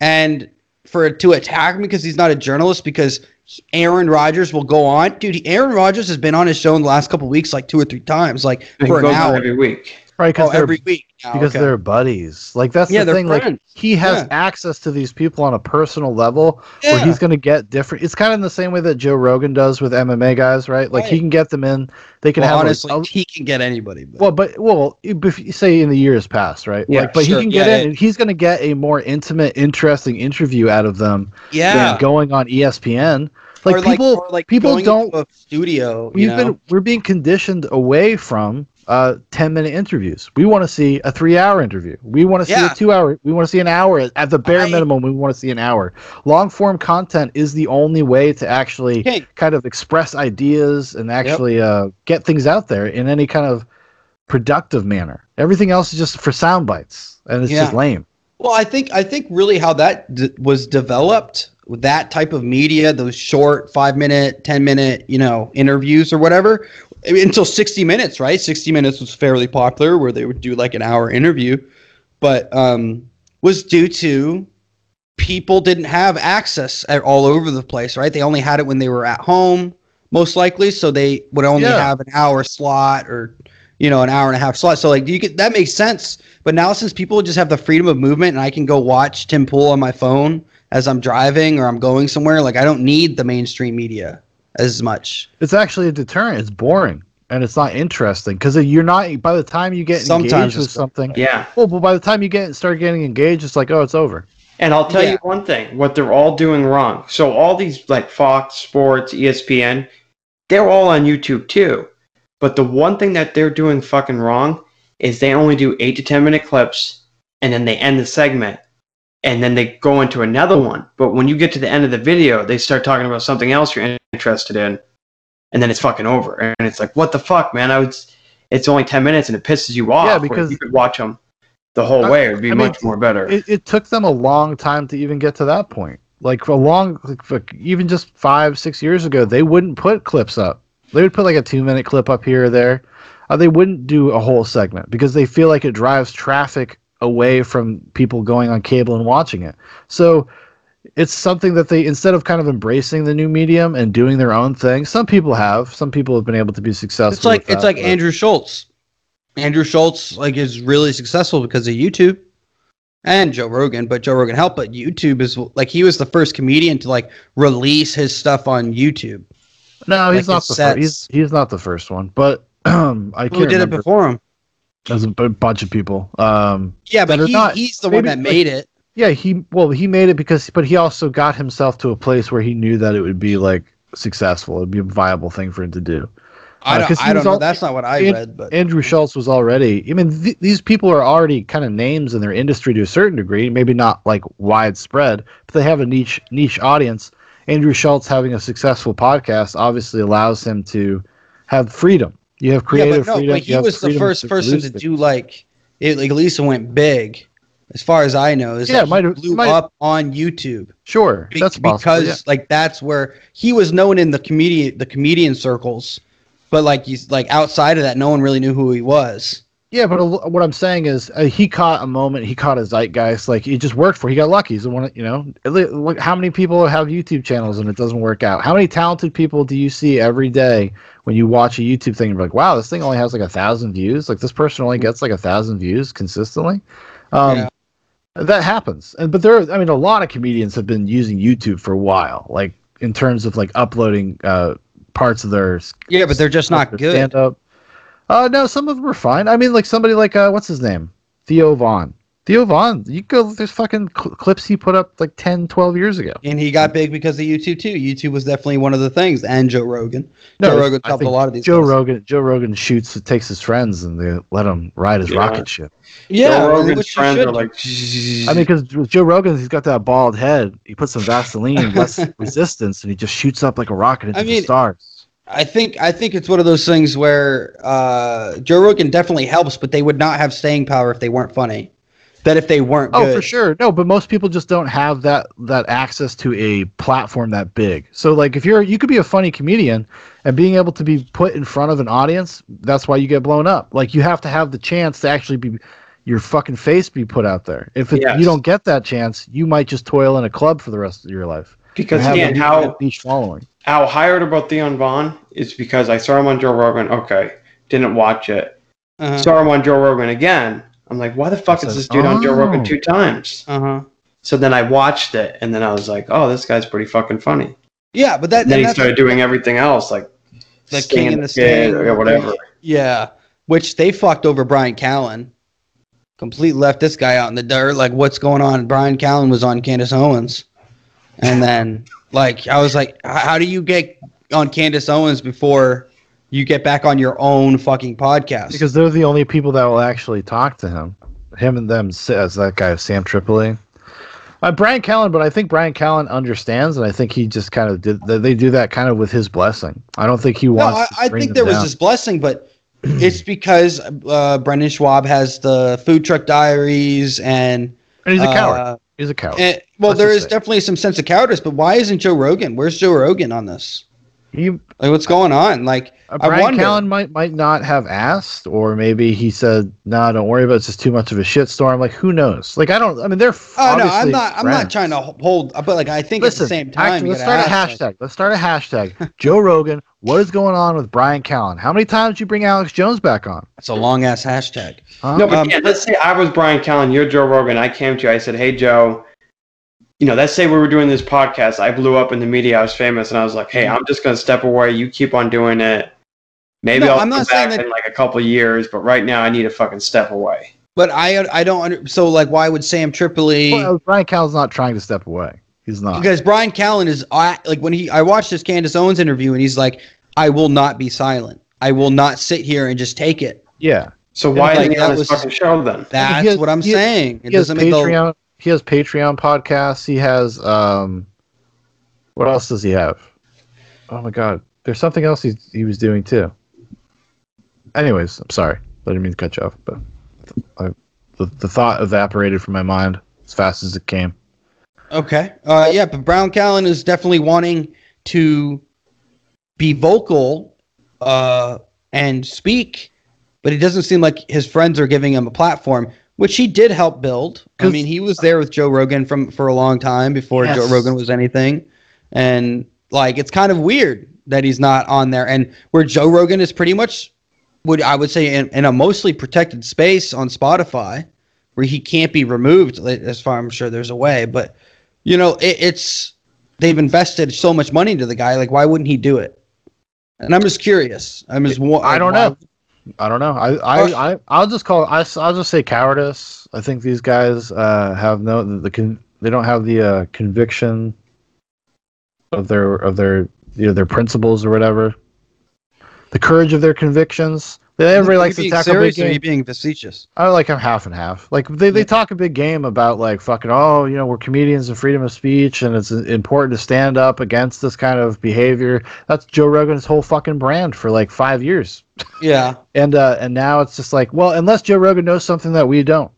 And for to attack him because he's not a journalist because Aaron Rodgers will go on, dude. Aaron Rodgers has been on his show in the last couple weeks like two or three times, like and for an goes on hour every week. right? oh, Because they're every week. now, because okay. they're buddies. Like that's Yeah, the they're thing. friends. Like he has Yeah. access to these people on a personal level Yeah. where he's going to get different. It's kind of in the same way that Joe Rogan does with MMA guys, right? Like he Right. can get them in. They can Well, have honestly, a, a- he can get anybody. But. well, but well, if you say in the years past, right? Yeah, like, but sure. he can Yeah, get in. yeah. And he's going to get a more intimate, interesting interview out of them yeah, than going on E ESPN. Like Or, people, or, like people going don't- into a studio. we've you know? been we're being conditioned away from uh 10 minute interviews we want to see a three hour interview we want to see Yeah. a two hour we want to see an hour at- at the bare I- minimum we want to see an hour long form content is the only way to actually Okay. kind of express ideas and actually uh, get things out there in any kind of productive manner everything else is just for sound bites and it's just Yeah. lame Well, I think I think really how that d- was developed, that type of media, those short five minute, ten minute, you know, interviews or whatever, I mean, until sixty minutes, right? Sixty minutes was fairly popular, where they would do like an hour interview, but um, was due to people didn't have access at, all over the place, right? They only had it when they were at home, most likely, so they would only Yeah. have an hour slot or you know an hour and a half slot. So like you get that makes sense. But now since people just have the freedom of movement and I can go watch Tim Pool on my phone as I'm driving or I'm going somewhere, like I don't need the mainstream media as much. it's actually a deterrent it's boring and it's not interesting because you're not. By the time you get Sometimes engaged with it's- something, Yeah. well, but by the time you get start getting engaged, it's like, oh, it's over. And I'll tell Yeah. you one thing what they're all doing wrong. So, all these like Fox Sports, E ESPN, they're all on YouTube too. But the one thing that they're doing fucking wrong is they only do eight to 10 minute clips and then they end the segment and then they go into another one. But when you get to the end of the video, they start talking about something else you're interested in and then it's fucking over. And it's like, what the fuck, man? I was, it's only 10 minutes and it pisses you off. where because- you could watch them the whole I- way, it would be I mean, much more better. It, it took them a long time to even get to that point. Like a long, like, for- even just five, six years ago, they wouldn't put clips up. They would put like a two minute clip up here or there. Uh, they wouldn't do a whole segment because they feel like it drives traffic away from people going on cable and watching it. So it's something that they instead of kind of embracing the new medium and doing their own thing. Some people have. Some people have been able to be successful. It's like with it's that, like but- Andrew Schultz. Andrew Schultz like is really successful because of YouTube and Joe Rogan, but Joe Rogan helped. But YouTube is like he was the first comedian to like release his stuff on YouTube. No, he's like, not it the sets- first. He's he's not the first one, but um, I Who can't did it remember. before him? There's a b- bunch of people. Um, Yeah, That but are he, not- he's the one maybe, that like- made it. yeah, he well he made it because, but he also got himself to a place where he knew that it would be like successful. It'd be a viable thing for him to do. I uh, don't, 'cause he I was don't know. all- That's not what I and- read, but Andrew Schultz was already. I mean, th- these people are already kind of names in their industry to a certain degree. Maybe not like widespread, but they have a niche niche audience. Andrew Schultz having a successful podcast obviously allows him to have freedom. You have creative yeah, but no, freedom. but you he have was the freedom first person release to things. do like it. Like Lisa went big, as far as I know. Is Yeah, yeah, it might have- blew might- up on YouTube. Sure, Be- that's possible, because yeah. like that's where he was known in the comedian the comedian circles, but like he's like outside of that, no one really knew who he was. Yeah, but a l what I'm saying is uh, he caught a moment. He caught a zeitgeist. Like it just worked for. He got lucky. He's the one. You know, At le- look, how many people have YouTube channels and it doesn't work out? How many talented people do you see every day when you watch a YouTube thing? And you're like, wow, this thing only has like a thousand views. Like this person only gets like a thousand views consistently. Um, Yeah. That happens. And but there, are, I mean, a lot of comedians have been using YouTube for a while. Like in terms of like uploading uh, parts of their Yeah, but they're just not good. Stand up. Uh, no, some of them are fine. I mean, like somebody like uh, what's his name, Theo Vaughn. Theo Vaughn. You go. There's fucking cl- clips he put up like 10, 12 years ago. And he got big because of YouTube too. YouTube was definitely one of the things, and Joe Rogan. No, Joe Rogan's I helped a think lot of these. Joe guys. Rogan. Joe Rogan shoots. Takes his friends and they let him ride his Yeah. rocket ship. yeah, Joe well, Rogan's which you friends should are like, I mean, because Joe Rogan, he's got that bald head. He puts some Vaseline, less resistance, and he just shoots up like a rocket into I the mean- stars. I think I think it's one of those things where uh, Joe Rogan definitely helps, but they would not have staying power if they weren't funny. That if they weren't Oh, good. for sure. No, but most people just don't have that that access to a platform that big. So like if you're you could be a funny comedian and being able to be put in front of an audience, that's why you get blown up. Like you have to have the chance to actually be your fucking face be put out there. If it, Yes. you don't get that chance, you might just toil in a club for the rest of your life. because And have again, a how beach following. how hired about Theon Vaughn is because I saw him on Joe Rogan. Okay, didn't watch it. Uh-huh. Saw him on Joe Rogan again. I'm like, why the fuck It's like, is this dude on Joe Rogan oh. two times? Uh-huh. So then I watched it, and then I was like, oh, this guy's pretty fucking funny. Yeah, but that And then he that's- started doing everything else, like The Stay King in and the Kid Sting. or whatever. Yeah, which they fucked over Brian Callen. Complete left this guy out in the dirt. Like, what's going on? Brian Callen was on Candace Owens, and then like I was like, "H- how do you get on Candace Owens before you get back on your own fucking podcast? Because they're the only people that will actually talk to him. Him and them says that guy Sam Tripoli. Uh, Brian Callen, but I think Brian Callen understands, and I think he just kind of did. They they do that kind of with his blessing. I don't think he no, wants. I, to I bring think there them was down. this blessing, but it's because uh, Brendan Schwab has the food truck diaries and and he's a coward. uh, He's a coward. and- well, Let's there just is say. definitely some sense of cowardice, but why isn't Joe Rogan? Where's Joe Rogan on this? he, Like, what's going on? Like, uh, I Brian wonder. Callen might might not have asked, or maybe he said, "No, don't worry about it. It's just too much of a shitstorm." Like, who knows? Like, I don't. I mean, they're. oh no, I'm obviously not. I'm not friends. trying to h- hold, but like, I think Listen, at the same time, actually, you let's gotta start a ask, hashtag. like, Let's start a hashtag. Joe Rogan, what is going on with Brian Callen? How many times you bring Alex Jones back on? It's a long ass hashtag. Huh? No, but Um, yeah, let's say I was Brian Callen, you're Joe Rogan. I came to you, I said, Hey, Joe, you know, let's say we were doing this Mm-hmm. podcast. I blew up in the media, I was famous, and I was like, Hey, I'm just going to step away. You keep on doing it. Maybe No, I'll I'm come not saying back that- in like a couple years, but right now I need to fucking step away. But I I don't under, so like why would Sam Tripoli Well, uh, Brian Cowell's not trying to step away. He's not. because Brian Callen is I like when he I watched this Candace Owens interview and he's like I will not be silent. I will not sit here and just take it. yeah, So why like, is he that on this was- fucking show then? That's has- what I'm he- saying. It he has doesn't make the Patreon. He has Patreon podcasts. He has um, what else does he have? Oh my God, there's something else he he was doing too. Anyways, I'm sorry. I didn't mean to cut you off, but I, the the thought evaporated from my mind as fast as it came. Okay. Uh, yeah, but Brown Callen is definitely wanting to be vocal uh, and speak, but it doesn't seem like his friends are giving him a platform, which he did help build. I 'Cause- mean, he was there with Joe Rogan from for a long time before Yes. Joe Rogan was anything, and like it's kind of weird that he's not on there. And where Joe Rogan is pretty much would I would say in, in a mostly protected space on Spotify, where he can't be removed. like, As far I'm sure there's a way, but you know it, it's they've invested so much money into the guy. Like why wouldn't he do it? And I'm just curious. I'm just. wa- I don't why- know. I don't know. I I, I I'll just call. I will just say cowardice. I think these guys uh, have no the con, they don't have the uh, conviction of their of their you know their principles or whatever. The courage of their convictions. They everybody Are you likes to being tackle big serious or are you game. being facetious? I like I'm half and half. Like they, they Yeah. talk a big game about like fucking oh you know we're comedians and freedom of speech and it's important to stand up against this kind of behavior. That's Joe Rogan's whole fucking brand for like five years. Yeah. And uh, and now it's just like, well, unless Joe Rogan knows something that we don't.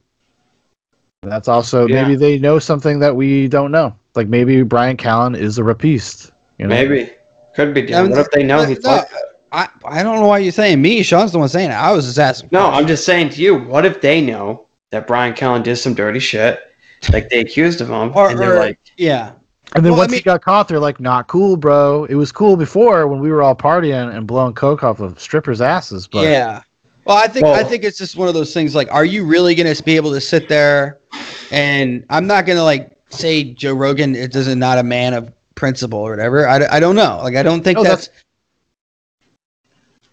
And That's also Yeah. maybe they know something that we don't know. Like maybe Brian Callen is a rapiste. You know? Maybe. Could be. Dan. I'm What if they know No, he's no, like I, I don't know why you're saying me. Sean's the one saying it. I was just asking. No, I'm just saying to you, what if they know that Brian Callen did some dirty shit? Like they accused of him, Or- and they're or- like, Yeah. And then Well, I once mean- he got caught, they're like, not cool, bro. It was cool before when we were all partying and blowing coke off of strippers' asses. But yeah. Well, I think I Well- think it's just one of those things. Like, are you really gonna be able to sit there? And I'm not gonna like say Joe Rogan is is not a man of principle or whatever. I, d- I don't know. Like, I don't think No, that's, that's-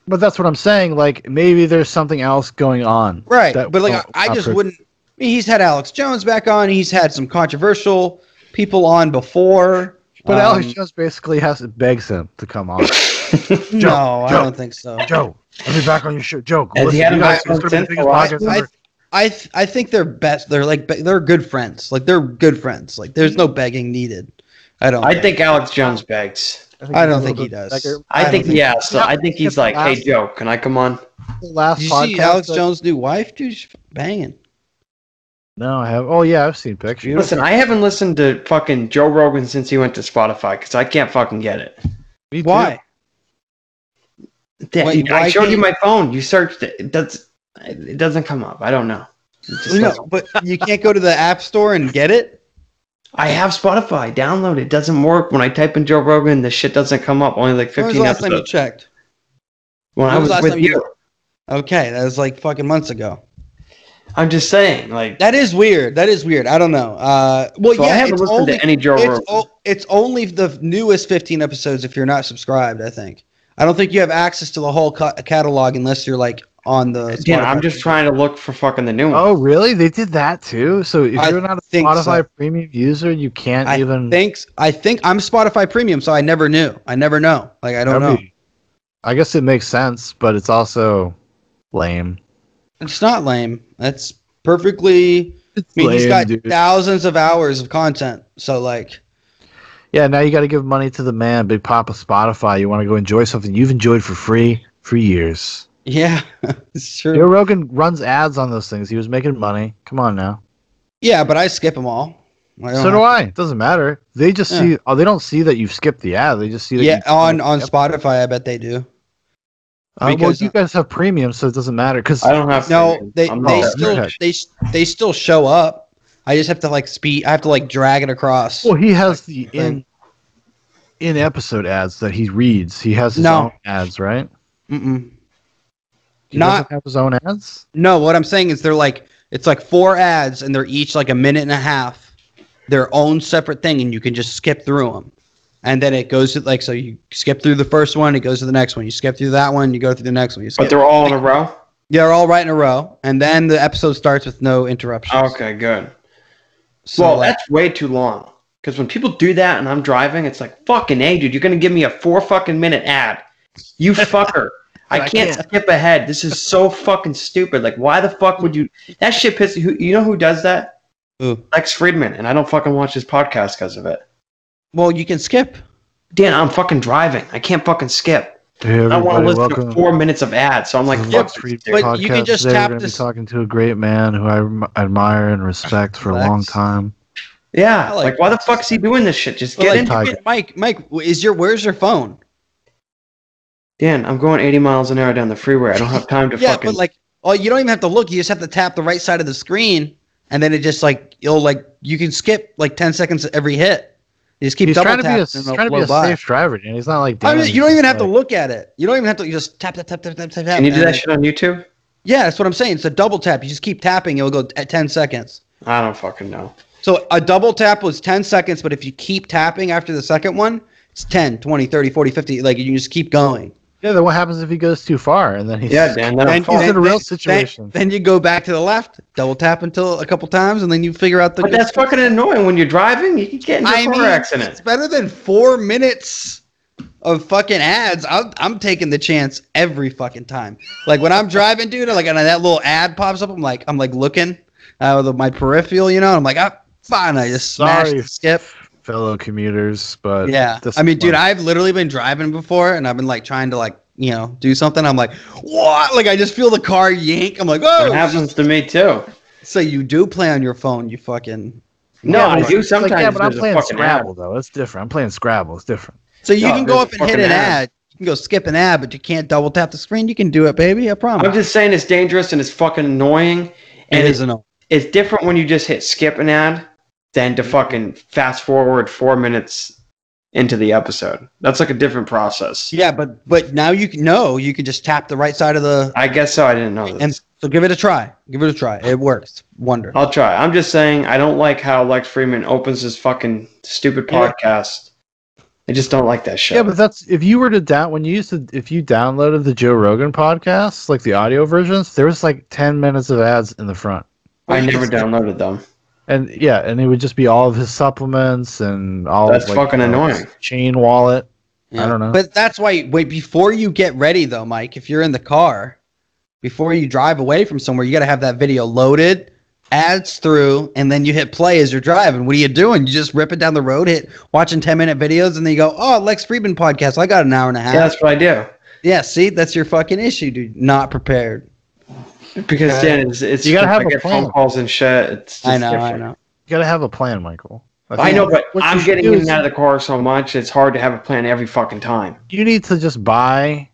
but that's what I'm saying. Like maybe there's something else going on. right. that- But like, oh, I, I just after- wouldn't. I mean, he's had Alex Jones back on. He's had some controversial people on before. But um, Alex Jones basically has begs him to come on. no, Joe. I don't think so. Joe, let me back on your show. Joe, Has he listen, had you him guys- back on it's gonna be the biggest since the last podcast one? ever. I, I, th- I think they're best. They're like be- they're good friends. Like they're good friends. Like there's no begging needed. I don't. I think Alex Jones begs. he's I a don't little think he bit does. beggar. I, I think don't think- yeah. So I think he's like, hey Joe, can I come on? The last Did you podcast. see Alex that- Jones' new wife? Dude, she's banging. No, I have. Oh yeah, I've seen pictures. Listen, I haven't listened to fucking Joe Rogan since he went to Spotify because I can't fucking get it. Me too. Why? That- Wait, I why showed can't- you my phone. You searched it. It does. It doesn't come up. I don't know. It just No, doesn't- but you can't go to the app store and get it. I have Spotify. Download it. Doesn't work. When I type in Joe Rogan, the shit doesn't come up. Only like When was fifteen the last time you episodes. checked? When I when was was the last with time you- you, Okay, that was like fucking months ago. I'm just saying. Like That is weird. That is weird. I don't know. Uh, well, So yeah, I haven't it's listened only, to any Joe it's, Rogan. o- it's only the newest 15 episodes if you're not subscribed. I think. I don't think you have access to the whole ca- catalog unless you're like on the. Again, I'm Spotify. just trying to look for fucking the new one. Oh really? They did that too. So if I you're not a think Spotify so. premium user, you can't I even. Thanks. I think I'm Spotify Premium, so I never knew. I never know. Like I don't know. I guess it makes sense, but it's also lame. It's not lame. That's perfectly. It's I mean, he's lame, got dude. thousands of hours of content. So like, Yeah, now you got to give money to the man, Big Papa Spotify. You want to go enjoy something you've enjoyed for free for years. yeah, it's true. Joe Rogan runs ads on those things. He was making money. Come on now. yeah, but I skip them all. So do I. It doesn't matter. They just Yeah. see. Oh, they don't see that you've skipped the ad. They just see that. Yeah, you- on on Spotify, I bet they do. Uh, well, because- you guys have premium, so it doesn't matter. Because I don't have. Oh, No, they I'm they not- still Okay. they s- they still show up. I just have to like speed. I have to like drag it across. Well, he has the in thing. in episode ads that he reads. He has his No. own ads, right? Mm-mm. He Not- doesn't have his own ads. No, what I'm saying is they're like it's like four ads and they're each like a minute and a half, their own separate thing, and you can just skip through them. and then it goes to like so you skip through the first one, it goes to the next one. You skip through that one, you go through the next one. You skip. But they're all in a row. they're all right in a row, and then the episode starts with no interruptions. Okay, good. So well, like, that's way too long. Because when people do that and I'm driving, it's like fucking a dude. You're gonna give me a four fucking minute ad. You fucker. I I can't, can't. skip ahead. This is so fucking stupid. Like, why the fuck would you? That shit pisses. Who, you know who does that? Who? Lex Friedman. And I don't fucking watch his podcast because of it. well, you can skip. Dan, I'm fucking driving. I can't fucking skip. Hey, I want everybody, to listen welcome to four minutes of ads. So I'm like, to the fuck. Lux Reed this dude. But you can podcast. just Today tap we're gonna be this- talking to a great man who I rem- admire and respect for a Lex. long time. Yeah. I like Like, why the Lex. fuck's he doing this shit? Just But, get like, in. Tiger. you can- Mike, Mike, is your where's your phone? Dan, I'm going 80 miles an hour down the freeway. I don't have time to yeah, fucking. but like, oh, you don't even have to look. You just have to tap the right side of the screen, and then it just like you'll like you can skip like ten seconds every hit. You just keep He's double trying to be a, tapping. he's and it'll trying to be blow a by. safe driver, and he's not like. I Dan, mean, he's you don't even just have to like- look at it. You don't even have to. You just tap tap tap tap tap tap. tap, Can you do and that it- shit on YouTube? Yeah, that's what I'm saying. It's a double tap. You just keep tapping. It'll go at ten seconds. I don't fucking know. So a double tap was 10 seconds, but if you keep tapping after the second one, it's 10, 20, 30, 40, 50. Like you just keep going. Yeah, then what happens if he goes too far and then he's Yeah, Dan. Then I'm he's fucked. in a real Then, situation. then you go back to the left, double tap until a couple times, and then you figure out the. but that's fucking annoying when you're driving. You can get into a I car mean, it's accident. better than four minutes of fucking ads. I'm, I'm taking the chance every fucking time. Like when I'm driving, dude, like and that little ad pops up, I'm like, I'm like looking out of my peripheral, you know, and I'm like, ah, fine, I just smash Sorry. the skip. fellow commuters, but yeah this i is mean dude fun. i've literally been driving before and i've been like trying to like you know do something i'm like what like i just feel the car yank i'm like It oh happens to me too. so you do play on your phone you fucking No, Yeah, I but do it's like, sometimes. yeah, but I'm there's a playing fucking Scrabble though. It's different. I'm playing Scrabble. It's different. so you Yeah, can go there's up and hit fucking an ad. ad you can go skip an ad but you can't double tap the screen you can do it baby ad. i I'm promise just saying it's dangerous and it's fucking annoying. And it it's, is an it's different when you just hit skip an ad than to fucking fast forward four minutes into the episode. That's like a different process. yeah but but now you can no you can just tap the right side of the I guess so. I didn't know this. and so give it a try give it a try it works wonder I'll try. I'm just saying I don't like how Lex Freeman opens his fucking stupid Yeah. podcast. I just don't like that shit. Yeah, but that's if you were to down when you used to if you downloaded the Joe Rogan podcast, like the audio versions, there was like ten minutes of ads in the front, I never downloaded them. Uh, and yeah, and it would just be all of his supplements and all. That's of, like, fucking you know, annoying. his Chain wallet. Yeah. don't know. But that's why wait before you get ready though, Mike, if you're in the car, before you drive away from somewhere, you gotta have that video loaded, ads through, and then you hit play as you're driving. What are you doing? You just rip it down the road, hit watching ten minute videos, and then you go, Oh, Lex Friedman podcast, I got an hour and a half. Yeah, that's what I do. Yeah, see, that's your fucking issue, dude. Not prepared. Because Yeah. Dan, it's, it's uh, You gotta have I a get plan. phone calls and shit. It's just I know, different. I know. You gotta have a plan, Michael. I know, but What you I'm should getting do in is- and out of the car so much, it's hard to have a plan every fucking time. you need to just buy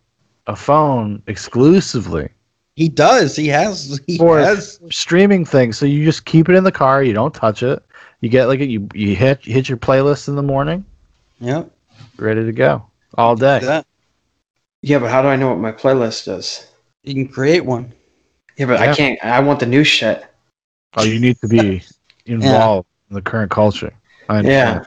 a phone exclusively He does. He has he Or- has streaming thing. So you just keep it in the car. You don't touch it. You get like a, you you hit you hit your playlist in the morning, Yep. ready to go all day. that. Yeah, but how do I know what my playlist is? You can create one. Yeah, but Yeah. I can't. I want the new shit. Oh, you need to be involved in the current culture. I Yeah. understand.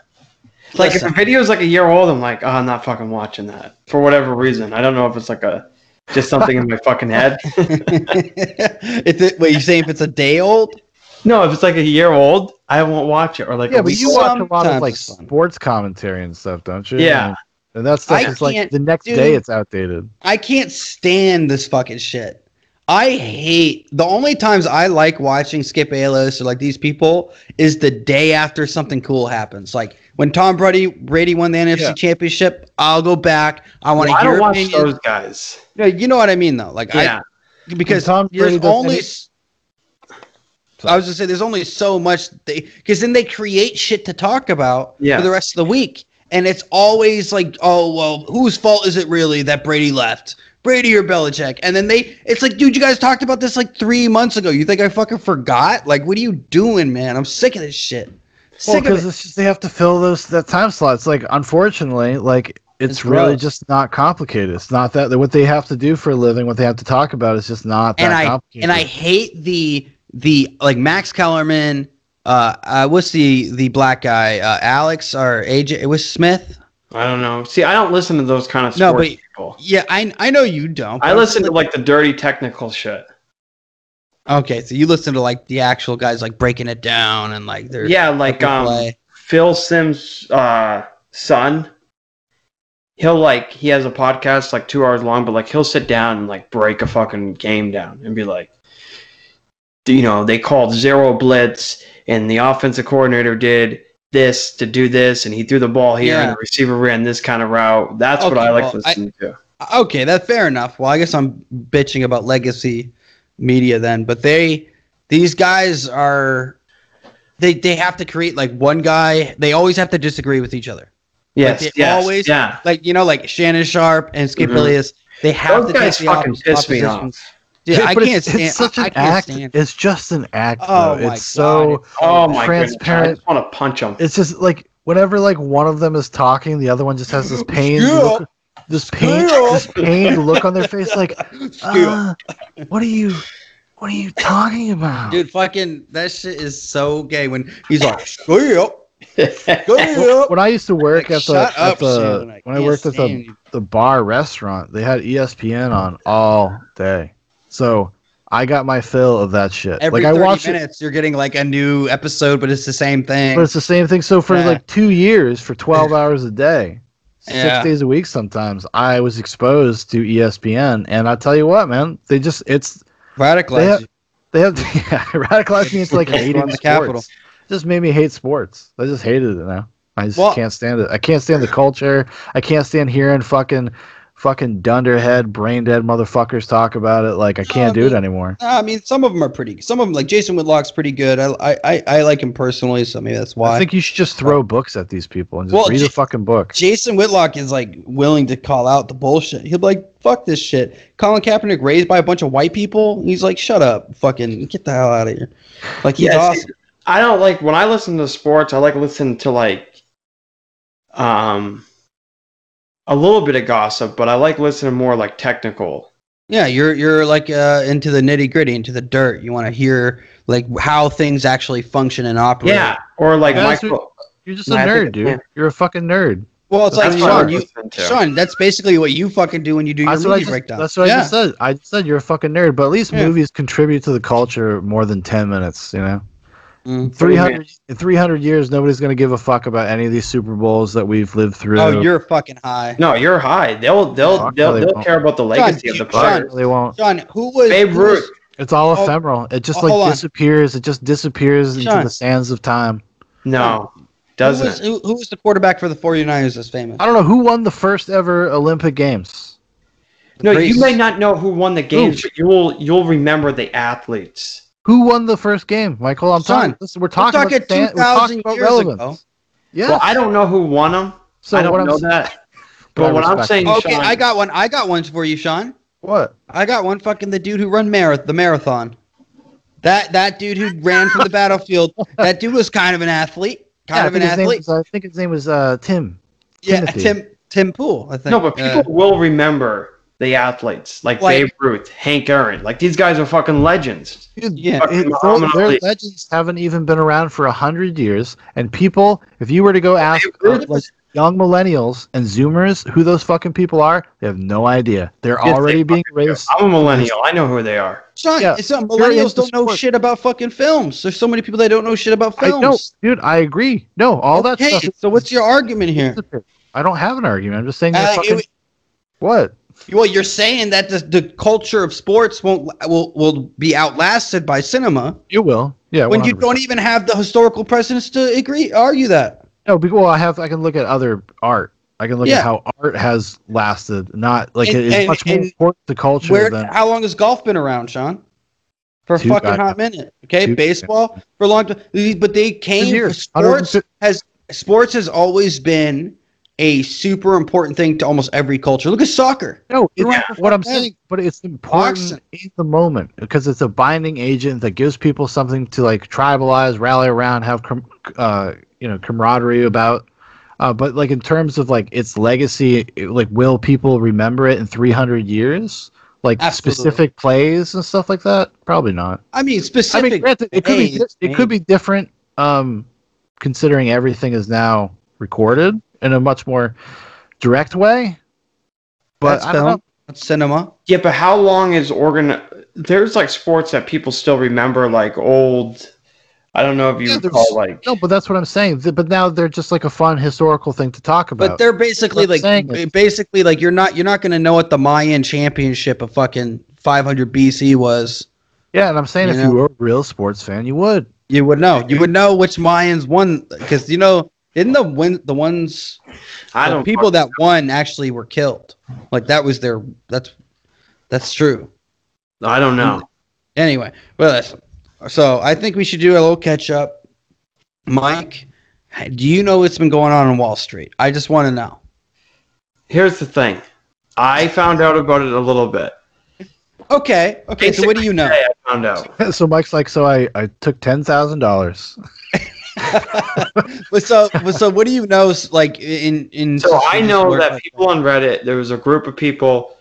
Like if Listen. a video is like a year old, I'm like, oh, I'm not fucking watching that for whatever reason. I don't know if it's like a just something in my fucking head. if it, wait, you saying if it's a day old? No, if it's like a year old, I won't watch it. Or like, Yeah, a but week you watch a lot of Sometimes like it's fun. sports commentary and stuff, don't you? Yeah. And, and that stuff I is like can't the next do- day it's outdated. I can't stand this fucking shit. I hate the only times I like watching Skip Bayless or like these people is the day after something cool happens. Like when Tom Brady Brady won the NFC Yeah. Championship, I'll go back. I want Well, I to hear don't watch opinions. those guys. No, you know what I mean though. Like Yeah, I because And Tom there's Brady doesn't only hate- s- I was just saying there's only so much they because then they create shit to talk about Yeah. for the rest of the week. And it's always like, oh well, whose fault is it really that Brady left? Brady or Belichick? And then they it's like, dude, you guys talked about this like three months ago. You think I fucking forgot? Like, what are you doing, man? I'm sick of this shit. Well, Sick because of it. it's just they have to fill those that time slots. Like, unfortunately, like it's, It's really gross. just not complicated. It's not that what they have to do for a living, what they have to talk about is just not And that I complicated. and I hate the the like Max Kellerman, uh, uh what's the the black guy, uh Alex or AJ it was Smith. I don't know. See, I don't listen to those kind of No, sports but- people. Yeah, I I know you don't. I but- listen to like the dirty technical shit. Okay, so you listen to like the actual guys like breaking it down and like their Yeah, like their um, play. Phil Sims' uh, son. He'll like he has a podcast like two hours long, but like he'll sit down and like break a fucking game down and be like, you know, they called zero blitz and the offensive coordinator did this to do this and he threw the ball here and Yeah. the receiver ran this kind of route. That's what Okay, I like to well, I- listen to. Okay, that's fair enough. Well, I guess I'm bitching about legacy media then, but they these guys are they they have to create like one guy. They always have to disagree with each other. Yes, they yes, always- yeah. Like you know, like Shannon Sharp and Skip Mhm. Elias. They have Those to guys take the fucking op- piss me off. oppositions. Dude, I but can't it's, stand. it's such I, an I can't act. stand. It's just an act. Oh though. my it's so. God. Oh my Transparent- goodness, I just want to punch him. It's just like whenever like one of them is talking, the other one just has this pained Screw look, this pained, Screw this pained look on their face. Like, Screw uh, what are you, what are you talking about? Dude, fucking that shit is so gay when he's like, "Oh, "Screw up, screw up." When I used to work Like, at the, shut at up, the- Shannon, when I can't worked at the stand you. the bar restaurant, they had E ESPN on all day. So I got my fill of that shit. every like I 30 watched it, minutes you're getting like a new episode but it's the same thing but it's the same thing. So for Yeah. like two years, for twelve hours a day, six Yeah. days a week, sometimes I was exposed to E ESPN, and I tell you what, man, they just it's radicalized they have- you. they have yeah, radicalized me into like Just hating run sports. the capital. Just made me hate sports. I just hated it now. I just Well- can't stand it. I can't stand the culture. I can't stand hearing fucking fucking dunderhead, brain dead motherfuckers talk about it. Like I No, can't I do it mean- anymore. Nah, i mean some of them are pretty some of them like jason whitlock's pretty good i i i, I like him personally so maybe that's why I think you should just throw books at these people and just Well, read J- a fucking book. Jason Whitlock is like willing to call out the bullshit. He'll be like, "Fuck this shit." Colin Kaepernick raised by a bunch of white people. He's like, "Shut up, fucking get the hell out of here." Like he's Yeah, see, awesome. I don't like when I listen to sports. I like listen to like, um, a little bit of gossip, but I like listening more like technical. Yeah, you're you're like uh, into the nitty gritty, into the dirt. You want to hear like how things actually function and operate. Yeah, or like That's Michael. You're just a No, I think nerd, it- dude. yeah. You're a fucking nerd. Well, it's That's like what I Sean, was you listen to. Sean, that's basically what you fucking do when you do your That's movie what, I just, breakdown. that's what yeah. I just said. I just said you're a fucking nerd, but at least Yeah. movies contribute to the culture more than ten minutes. You know. Mm. 300, in 300 years, nobody's going to give a fuck about any of these Super Bowls that we've lived through. Oh, you're fucking high. No, you're high. They'll they'll Fuck, they'll, no, they they'll won't. care about the legacy of the Fuck, Sean, players. they won't. John, who was Babe who was- Ruth. It's all Oh, ephemeral. It just oh, hold like on. disappears. It just disappears into Sean. the sands of time. No, Who was, doesn't. it? who, who was the quarterback for the 49ers that's famous? I don't know who won the first ever Olympic Games. No, Greece. you may not know who won the games, but you'll you'll remember the athletes. Who won the first game, Michael? I'm Sean, talking. Listen, we're talking, talking about, sand- we're 2,000 talking about years relevance. ago. Yeah. Well, I don't know who won them. so I don't what I'm know s- that. but I But what I'm respect saying, it. Okay, Sean, I got one. I got one for you, Sean. What? I got one fucking the dude who run marath the marathon. That that dude who ran from the battlefield. That dude was kind of an athlete. Kind Yeah, I, of an think his name athlete. was, I think his name was uh, Tim. yeah, Timothy. Tim Tim Pool, I think. No, but people Uh, will remember the athletes like, Like- Babe Ruth, Hank Aaron. Like these guys are fucking legends. Dude, Yeah. it- Fucking their- Muhammad their Ali. legends haven't even been around for a hundred years, and people, if you were to go ask uh, Ruth like, was- young millennials and Zoomers who those fucking people are, they have no idea. They're they already being Yeah, racist. I'm a millennial. I know who they are. Sean, yeah, it's not, into millennials don't know sport. shit about fucking films. There's so many people that don't know shit about I films. know, dude. I agree. No, all that Okay, stuff. is- So what's your argument here? I don't have an argument. I'm just saying. they're Uh, fucking, it- what? well, you're saying that the, the culture of sports won't will will be outlasted by cinema You will. Yeah. when you 100%. don't even have the historical precedence to agree argue that. No, because well, I have. I can look at other art. I can look Yeah. at how art has lasted. Not like And- it is and- much more and important to culture Where than how long has golf been around, Sean? For a Too fucking goddamn- hot minute. Okay, too baseball for a long time, but they came years. sports 150 has sports has always been a super important thing to almost every culture. Look at soccer. No, it's Yeah. what I'm Yeah. saying, but it's important Boxing. in the moment because it's a binding agent that gives people something to like tribalize, rally around, have com- uh, you know camaraderie about. Uh, but like in terms of like its legacy, it- like will people remember it in 300 years? Like Absolutely. specific plays and stuff like that? Probably not. I mean, I specific. mean, granted, it could be plays di- it could be different, um, considering everything is now recorded. in a much more direct way. But That's I don't know. film. That's cinema. Yeah, but how long is Oregon? There's like sports that people still remember, like old. I don't know if you Yeah, there's- recall, like No, but that's what I'm saying. Th- But now they're just like a fun historical thing to talk about. But they're basically What I'm like saying ba- is- basically like you're not you're not gonna know what the Mayan championship of fucking 500 BC was. yeah, and I'm saying you if know? you were a real sports fan, you would. You would know. You would know which Mayans won because you know didn't the win the ones I the don't people that won actually were killed. Like that was their that's that's true. I don't know. Anyway, well, listen. So I think we should do a little catch up. Mike, do you know what's been going on in Wall Street? I just want to know. Here's the thing. I found out about it a little bit. Okay. Okay. So what do you know? Today I found out. so Mike's like, so I, I took ten thousand dollars. But so, but so what do you know? s- Like in in. So I know word that like people on Reddit, there was a group of people,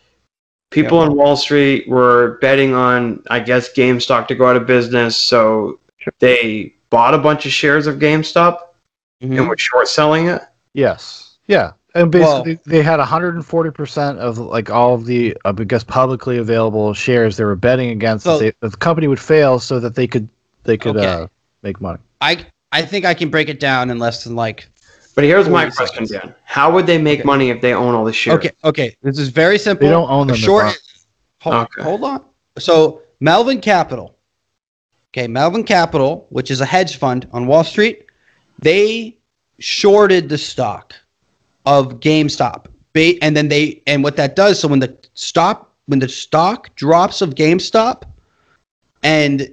people on Wall Street were betting on, I guess, GameStop to go out of business. So they bought a bunch of shares of GameStop and Mhm. were short selling it. Yes. Yeah. And Well- basically, they had 140% of like all of the, uh, I guess, publicly available shares they were betting against. that, So- they, that the company would fail so that they could they could Okay. uh, make money. I I think I can break it down in less than like. But here's my 40 question, seconds. Dan. How would they make Okay. money if they own all the shares? Okay. Okay. This is very simple. They don't own them. A short. Hold, Okay. hold on. So Melvin Capital. Okay, Melvin Capital, which is a hedge fund on Wall Street, they shorted the stock of GameStop. Ba- And then they and what that does, so when the stop when the stock drops of GameStop and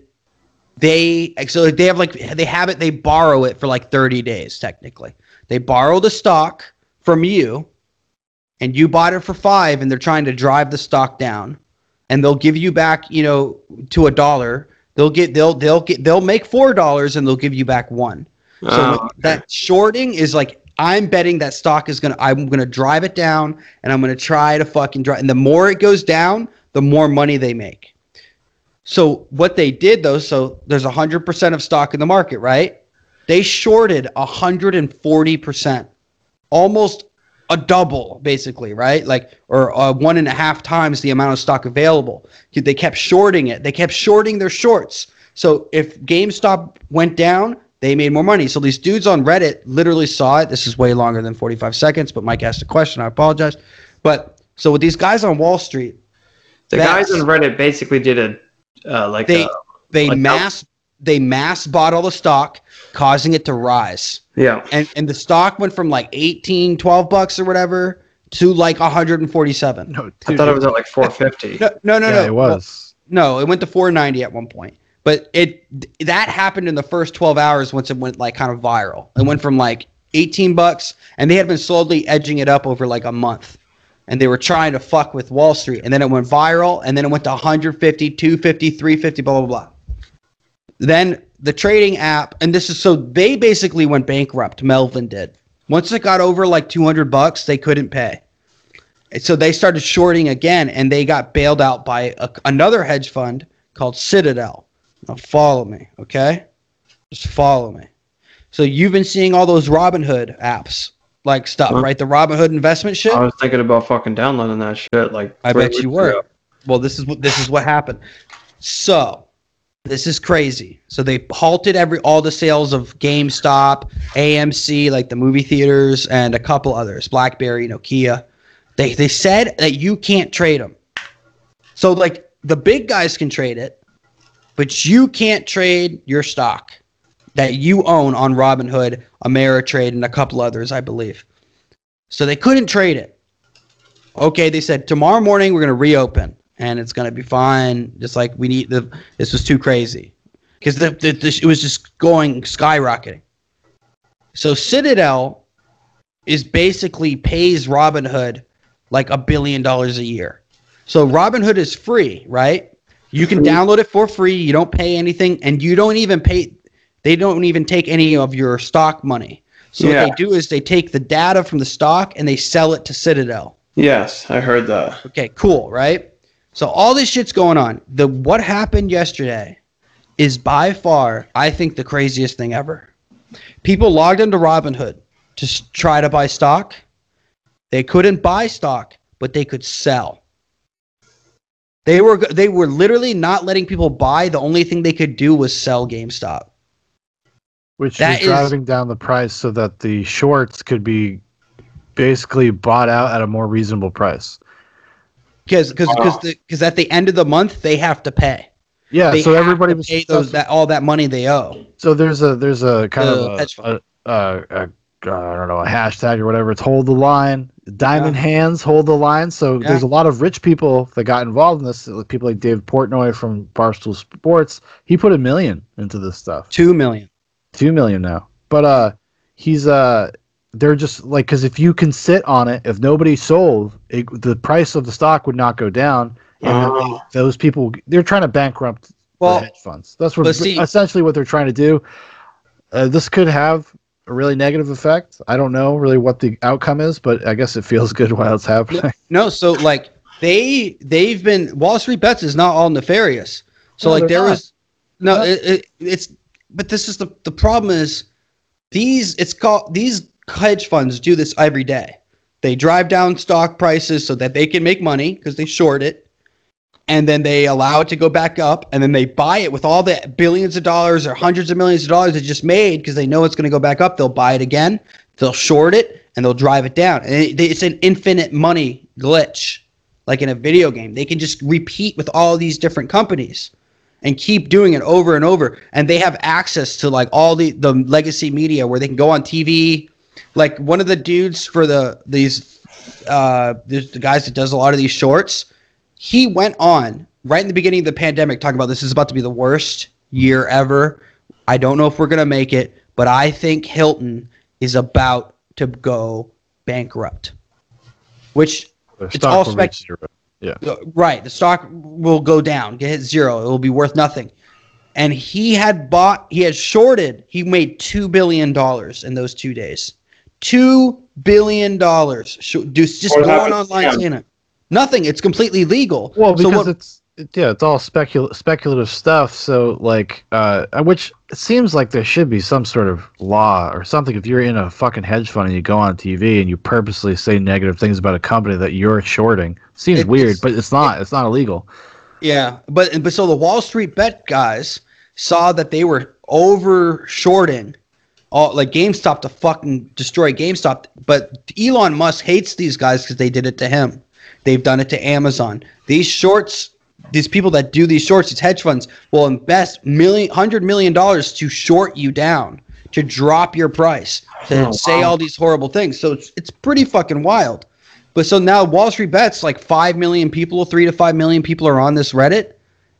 they so they have like they have it, they borrow it for like 30 days technically. They borrow the stock from you and you bought it for five and they're trying to drive the stock down and they'll give you back you know to a dollar they'll get they'll they'll get they'll make four dollars and they'll give you back one so Oh, what- that shorting is like i'm betting that stock is gonna i'm gonna drive it down and i'm gonna try to fucking drive and the more it goes down the more money they make so what they did though so there's 100% of stock in the market right they shorted 140% almost a double basically right like or uh, one and a half times the amount of stock available they kept shorting it they kept shorting their shorts so if gamestop went down they made more money so these dudes on reddit literally saw it this is way longer than 45 seconds but mike asked a question i apologize but so with these guys on wall street The That- guys on Reddit basically did a uh, like They- a, they Like, how- mass they mass bought all the stock causing it to rise yeah. and and the stock went from like 18 12 bucks or whatever to like 147 No, I thought it was at like 450. no no no, yeah, no. it was. No, it went to 490 at one point. But it th- that happened in the first 12 hours once it went like kind of viral. It went from like 18 bucks and they had been slowly edging it up over like a month. And they were trying to fuck with Wall Street and then it went viral and then it went to 150, 250, 350 blah blah blah. Then the trading app and this is so they basically went bankrupt, Melvin did. Once it got over like 200 bucks, they couldn't pay. And so they started shorting again and they got bailed out by a, another hedge fund called Citadel. Now follow me, okay? Just follow me. So you've been seeing all those Robinhood apps like stuff, Huh? right? The Robinhood investment shit. I was thinking about fucking downloading that shit. Like I three bet you weeks were. ago. Well, this is what this is what happened. So, this is crazy. So they halted every all the sales of GameStop, AMC, like the movie theaters, and a couple others, BlackBerry, Nokia. They they said that you can't trade them. So like the big guys can trade it, but you can't trade your stock that you own on Robinhood, Ameritrade, and a couple others, I believe. So they couldn't trade it. Okay, they said tomorrow morning we're going to reopen and it's going to be fine. Just like we need the this was too crazy because the, the, the it was just going skyrocketing. So Citadel is basically pays Robinhood like a billion dollars a year. So Robinhood is free, right? You can download it for free. You don't pay anything, and you don't even pay. They don't even take any of your stock money. So Yeah. what they do is they take the data from the stock and they sell it to Citadel. Yes, I heard that. Okay, cool, right? So all this shit's going on. The what happened yesterday is by far, I think, the craziest thing ever. People logged into Robinhood to try to buy stock. They couldn't buy stock, but they could sell. They were go- they were literally not letting people buy. The only thing they could do was sell GameStop. Which That is is- driving down the price so that the shorts could be basically bought out at a more reasonable price. Because because Wow. because at the end of the month they have to pay. Yeah, They so have everybody to was pay those that all that money they owe. so there's a there's a kind The of hedge fund. a, a, a, a I don't know a hashtag or whatever. It's hold the line, diamond hands hold the line. So Yeah. there's a lot of rich people that got involved in this. like People like Dave Portnoy from Barstool Sports. He put a million into this stuff. Two million. two million now. But uh, he's uh, they're just like because if you can sit on it, if nobody sold, it, the price of the stock would not go down, and Oh. those people they're trying to bankrupt Well, the hedge funds. That's what but see- essentially what they're trying to do. Uh, this could have a really negative effect. I don't know really what the outcome is, but I guess it feels good while it's happening. No, so like they they've been Wall Street bets is not all nefarious. So No, like they're there not. was no No. It, it, it's but this is the the problem is these it's called these hedge funds do this every day. They drive down stock prices so that they can make money because they short it. And then they allow it to go back up, and then they buy it with all the billions of dollars or hundreds of millions of dollars they just made because they know it's going to go back up. They'll buy it again, they'll short it and they'll drive it down. And it, it's an infinite money glitch, like in a video game. They can just repeat with all these different companies and keep doing it over and over. And they have access to like all the the legacy media where they can go on TV. Like one of the dudes for the these uh, there's the guys that does a lot of these shorts. He went on right in the beginning of the pandemic talking about this is about to be the worst year ever. I don't know if we're gonna make it, but I think Hilton is about to go bankrupt. Which Their It's stock all will spec- reach zero. uh, Right. The stock will go down, get hit zero. It will be worth nothing. And he had bought, he had shorted, he made $2 billion in those two days. $2 billion. Sh- just just What going happened to online him? seeing it. Nothing. It's completely legal. Well, So because what- it's it, yeah, it's all specul- speculative stuff. So like, uh, which it seems like there should be some sort of law or something. If you're in a fucking hedge fund and you go on TV and you purposely say negative things about a company that you're shorting, seems It- weird, it's- but it's not. it's not illegal. Yeah, but but so the Wall Street bet guys saw that they were over shorting, all like GameStop to fucking destroy GameStop. But Elon Musk hates these guys because they did it to him. They've done it to Amazon. These shorts, these people that do these shorts, these hedge funds will invest million, hundred million dollars to short you down, to drop your price, to Oh, say wow. all these horrible things. So it's it's pretty fucking wild. But so now Wall Street bets like 5 million people, 3 to 5 million people are on this Reddit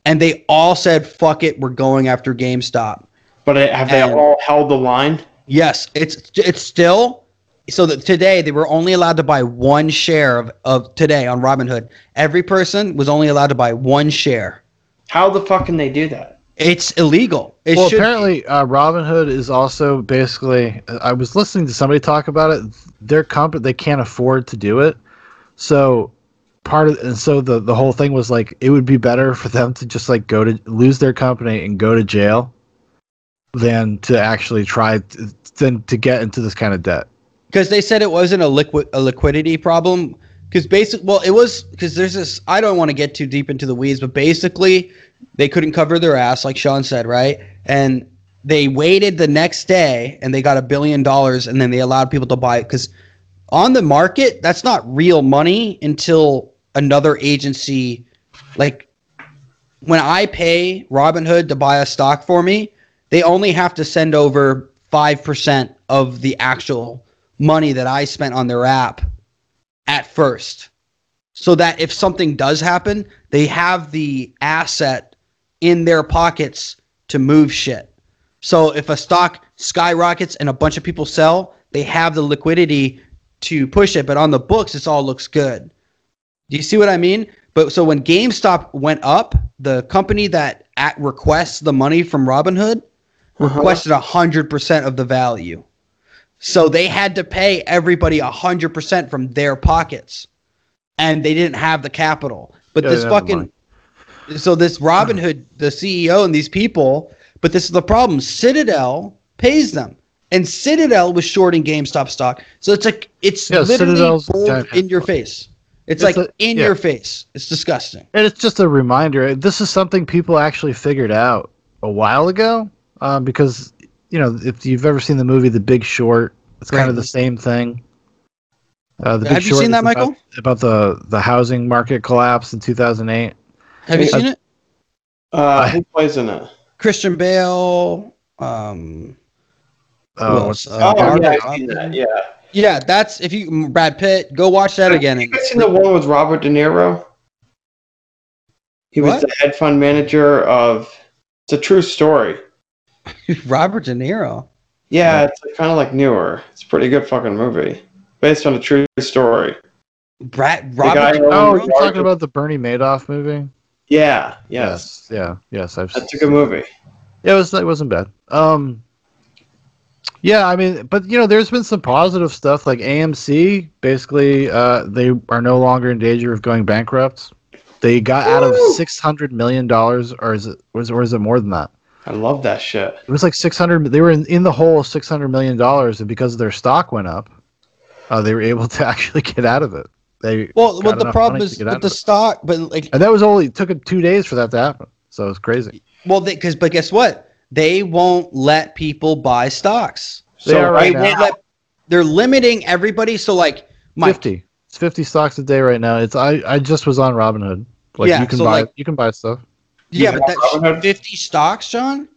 and they all said fuck it, we're going after GameStop. But it, have they And- all held the line? Yes, it's it's still so that today they were only allowed to buy one share of, of today on Robinhood. Every person was only allowed to buy one share. How the fuck can they do that? It's illegal. It well, should be. apparently, uh, Robinhood is also basically. I was listening to somebody talk about it. Their comp they can't afford to do it, so part of and so the the whole thing was like it would be better for them to just like go to lose their company and go to jail, than to actually try t than to get into this kind of debt. because they said it wasn't a liquid a liquidity problem because basic well it was because there's this i don't want to get too deep into the weeds but basically they couldn't cover their ass like sean said right and they waited the next day and they got a billion dollars and then they allowed people to buy it because on the market that's not real money until another agency like when i pay robinhood to buy a stock for me they only have to send over 5% of the actual money that I spent on their app at first. So that if something does happen, they have the asset in their pockets to move shit. So if a stock skyrockets and a bunch of people sell, they have the liquidity to push it. But on the books, it's all looks good. Do you see what I mean? But so when GameStop went up, the company that at requests the money from Robinhood requested a 100% of the value. So they had to pay everybody a 100% from their pockets. And they didn't have the capital. But Yeah, they this didn't have the fucking so this Robin E Hood, the CEO and these people, but this is the problem. Citadel pays them. And Citadel was shorting GameStop stock, so it's like it's Yeah, literally Citadel's bold giant- in your face. It's It's, like a- in yeah. your face. It's disgusting. And it's just a reminder. This is something people actually figured out a while ago, um, because you know if you've ever seen the movie The Big Short, it's kind Right. of the same thing. Uh, the Big Have you Short seen is that, about- Michael? About the the housing market collapse in two thousand eight. Have you Yeah. seen it? Uh, who plays in it? Christian Bale. Um, Well, Uh, what's- uh, Oh, Barbara yeah, I've seen that. Robin. Yeah. yeah, that's if you mm, Brad Pitt. Go watch that again. You guys seen the one with Robert De Niro? He was What? the head fund manager of. It's a true story. Robert De Niro. Yeah, it's kind of like newer. It's a pretty good fucking movie, based on a true story. Brad guy Robert. De who oh, you're owns Niro? Robert- talking about the Bernie Madoff movie? Yeah. Yes. Yeah. Yes. I've That's a good movie. Yeah, it was it wasn't bad. Um Yeah, I mean, but you know, there's been some positive stuff like AMC basically uh they are no longer in danger of going bankrupt. They got out of Woo! 600 million dollars or is it was or is it more than that? I love that shit. It was like 600 they were in, in the hole of 600 million dollars and because their stock went up, uh, they were able to actually get out of it. They Well, got well, the enough problem money is to get out with of the it. stock, but like and that was only it took them 2 days for that to happen. So it's crazy. Well, because but guess what? They won't let people buy stocks. They So are They right now. won't let, they're limiting everybody. So like my 50 it's 50 stocks a day right now it's i i just was on robinhood like Yeah, you can so, buy like- you can buy stuff yeah, You but have Robinhood? that's fifty stocks, John.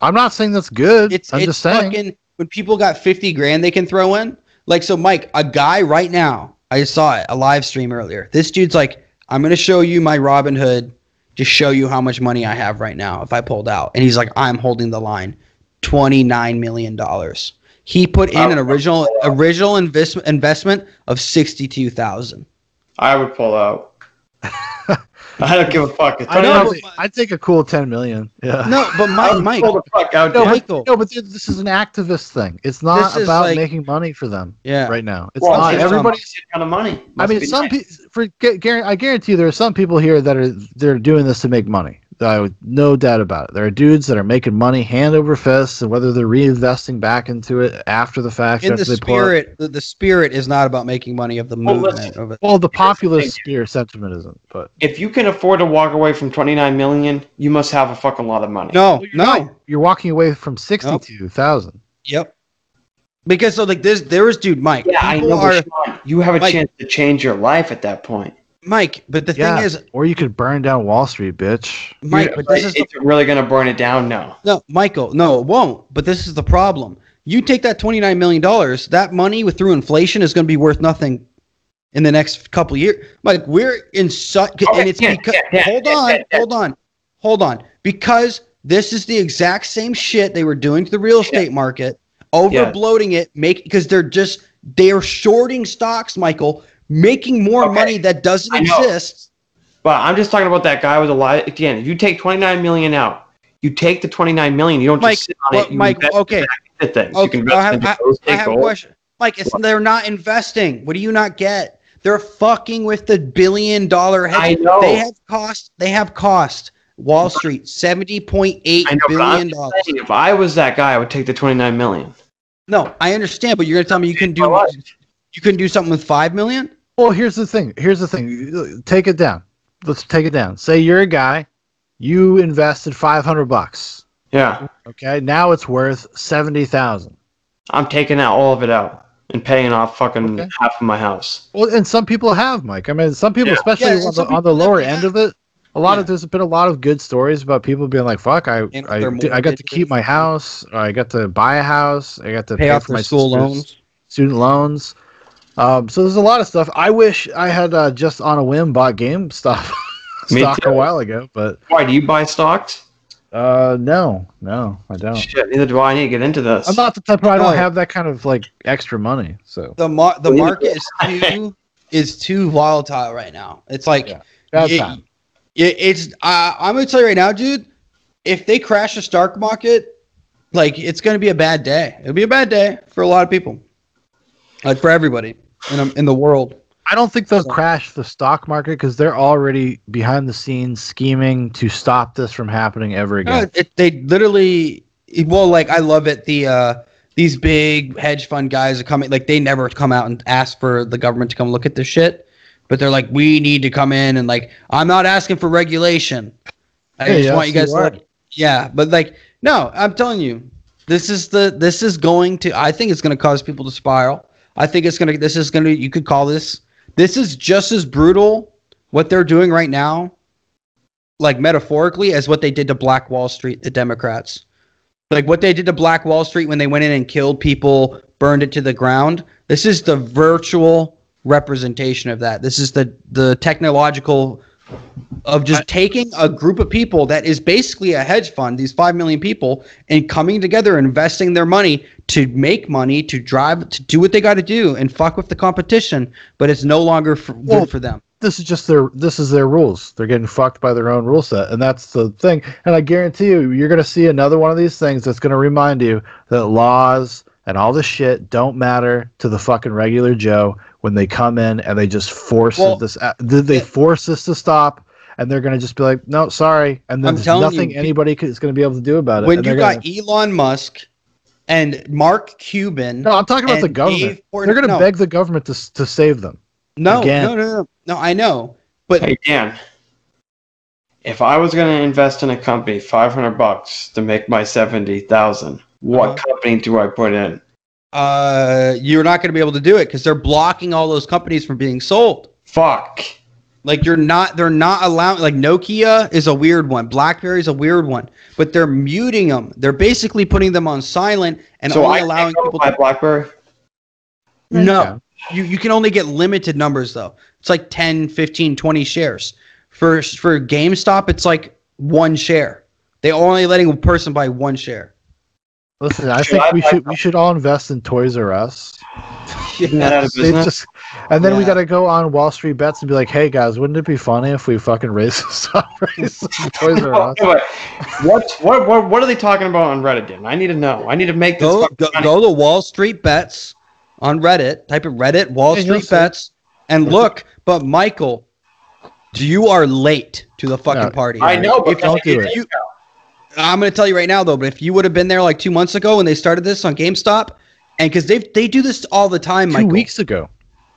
i'm not saying that's good It's i'm it's just saying fucking when people got fifty grand they can throw in. Like so, Mike, a guy right now. I saw it a live stream earlier. This dude's like, I'm gonna show you my Robinhood to show you how much money I have right now if I pulled out. And he's like, I'm holding the line, twenty nine million dollars. He put in an Wow. original original investment investment of sixty two thousand. I would pull out. I don't give a fuck. It's I know, not- know, but- i'd take a cool 10 million yeah No, but I Mike, would Mike, pull the fuck out. no, Dan. but, Michael. no, but th- this is an activist thing. It's not This is about like- making money for them yeah, right now. It's Well, not. it's Everybody. a ton of money. I Must mean, be some nice. people. For gu- guar- I guarantee you, there are some people here that are they're doing this to make money. I would no doubt about it. There are dudes that are making money hand over fist, and whether they're reinvesting back into it after the fact, in after the they pour it. spirit, the, the spirit is not about making money of the Well, movement listen. of it. Well, the thing. populist sphere sentiment isn't, but If you can afford to walk away from twenty nine million, you must have a fucking lot of money. No, no, you're walking away from sixty-two thousand. yep. Because so like this, there was dude Mike. Yeah, I people know. are but Sean, you have a Mike- chance to change your life at that point. Mike, but the Yeah. thing is, Or you could burn down Wall Street, bitch. Mike, You're- but this is the, it's really going to burn it down. No, no Michael. No, it won't. But this is the problem. You take that twenty nine million dollars. That money with through inflation is going to be worth nothing in the next couple years. Mike, we're in such, and it's Oh, yeah, because yeah, yeah, hold yeah, on, yeah, yeah. hold on, hold on, because this is the exact same shit they were doing to the real estate market, overbloating it, make because they're just they're shorting stocks, Michael, making more Okay. money that doesn't I know. exist. but I'm just talking about that guy with a lot. Again, if you take twenty nine million out, you take the twenty nine million. You don't Mike, just sit on what- it. You Mike, invest okay. it back into things. Okay, you can I invest have- into those I have a question. Mike, it's, they're not investing. What do you not get? They're fucking with the billion dollar hedge. I know. They have cost. They have cost. Wall Street, seventy point eight I know, but I'm billion just dollars. saying, if I was that guy, I would take the twenty nine million. No, I understand, but you're gonna tell me you can do My life. you can do something with five million? Well, here's the thing. Here's the thing. Take it down. Let's take it down. Say you're a guy, you invested five hundred bucks. Yeah, Okay, now it's worth seventy thousand. I'm taking out all of it out and paying off fucking Okay. half of my house. Well, and some people have, Mike. I mean, some people, Yeah. especially Yeah, and on, the, some on the people lower have- end of it, a lot Yeah. of there's been a lot of good stories about people being like, "Fuck, I And I, their did- I got to mortgages. keep my house, or I got to buy a house, I got to Pay pay, off for their my school sister's loans. student loans." Um, so there's a lot of stuff. I wish I had uh, just on a whim bought GameStop Me stock too. a while ago, but Why do you buy stocks? uh, no, no, I don't. Shit, neither do I. I need to get into this. Oh. I'm not the type. Of, I don't No. have that kind of like extra money. So The mar- the Believe it. market is too is too volatile right now. It's like Yeah. that's it- time. it- it's uh, I'm gonna tell you right now, dude. If they crash the stock market, like it's gonna be a bad day. It'll be a bad day for a lot of people, like for everybody in um, in the world. I don't think they'll So- crash the stock market because they're already behind the scenes scheming to stop this from happening ever No, again. it, they literally well, like I love it. The uh, these big hedge fund guys are coming. Like they never come out and ask for the government to come look at this shit, but they're like, we need to come in and like, I'm not asking for regulation. I Hey, just want yes, you guys. you to are. look." yeah, but like, no, I'm telling you, this is the this is going to. I think it's going to cause people to spiral. I think it's gonna. This is gonna. You could call this. This is just as brutal what they're doing right now, like metaphorically, as what they did to Black Wall Street, the Democrats. Like what they did to Black Wall Street when they went in and killed people, burned it to the ground. This is the virtual representation of that. This is the the technological of just taking a group of people that is basically a hedge fund, these five million people, and coming together, investing their money to make money, to drive, to do what they got to do, and fuck with the competition. But it's no longer for, good Well, for them. this is just their this is their rules. They're getting fucked by their own rule set, and that's the thing. And I guarantee you, you're gonna see another one of these things that's gonna remind you that laws and all this shit don't matter to the fucking regular Joe when they come in and they just force Well, this. Did they it- force this to stop? And they're gonna just be like, no, sorry. And then I'm there's telling you, nothing pe- anybody c- is gonna be able to do about it. When And you they're got gonna- Elon Musk and Mark Cuban, no, I'm talking about the E and government. Dave Portn- they're gonna no. beg the government to s- to save them. no, again. no, no, no, no, I know, but Hey Dan, if I was going to invest in a company, five hundred bucks to make my seventy thousand, what Uh-huh. company do I put in? uh, you're not going to be able to do it because they're blocking all those companies from being sold. Fuck. Like you're not, they're not allowing. Like Nokia is a weird one, BlackBerry's a weird one, but they're muting them. They're basically putting them on silent and so only I allowing people. my To, BlackBerry. no, you you can only get limited numbers though. It's like 10, 15, 20 shares. For for GameStop, it's like one share. They only letting a person buy one share. Listen, I Should think I we buy should we should all invest in Toys R Us. Isn't that out of They business? just- and then we Yeah. got to go on Wall Street bets and be like, "Hey guys, wouldn't it be funny if we fucking raised some raised some Toys R Oh, Us?" anyway, what, what what what are they talking about on Reddit? Dan? I need to know. I need to make this. go, fucking go, money. go to Wall Street Bets on Reddit. Type in Reddit Wall And you'll Street see. Bets and look. But Michael, you are late to the fucking No, party. I know, but If don't do if it. you- I'm going to tell you right now though. But if you would have been there like two months ago when they started this on GameStop, and because they they do this all the time, Two Michael. weeks ago,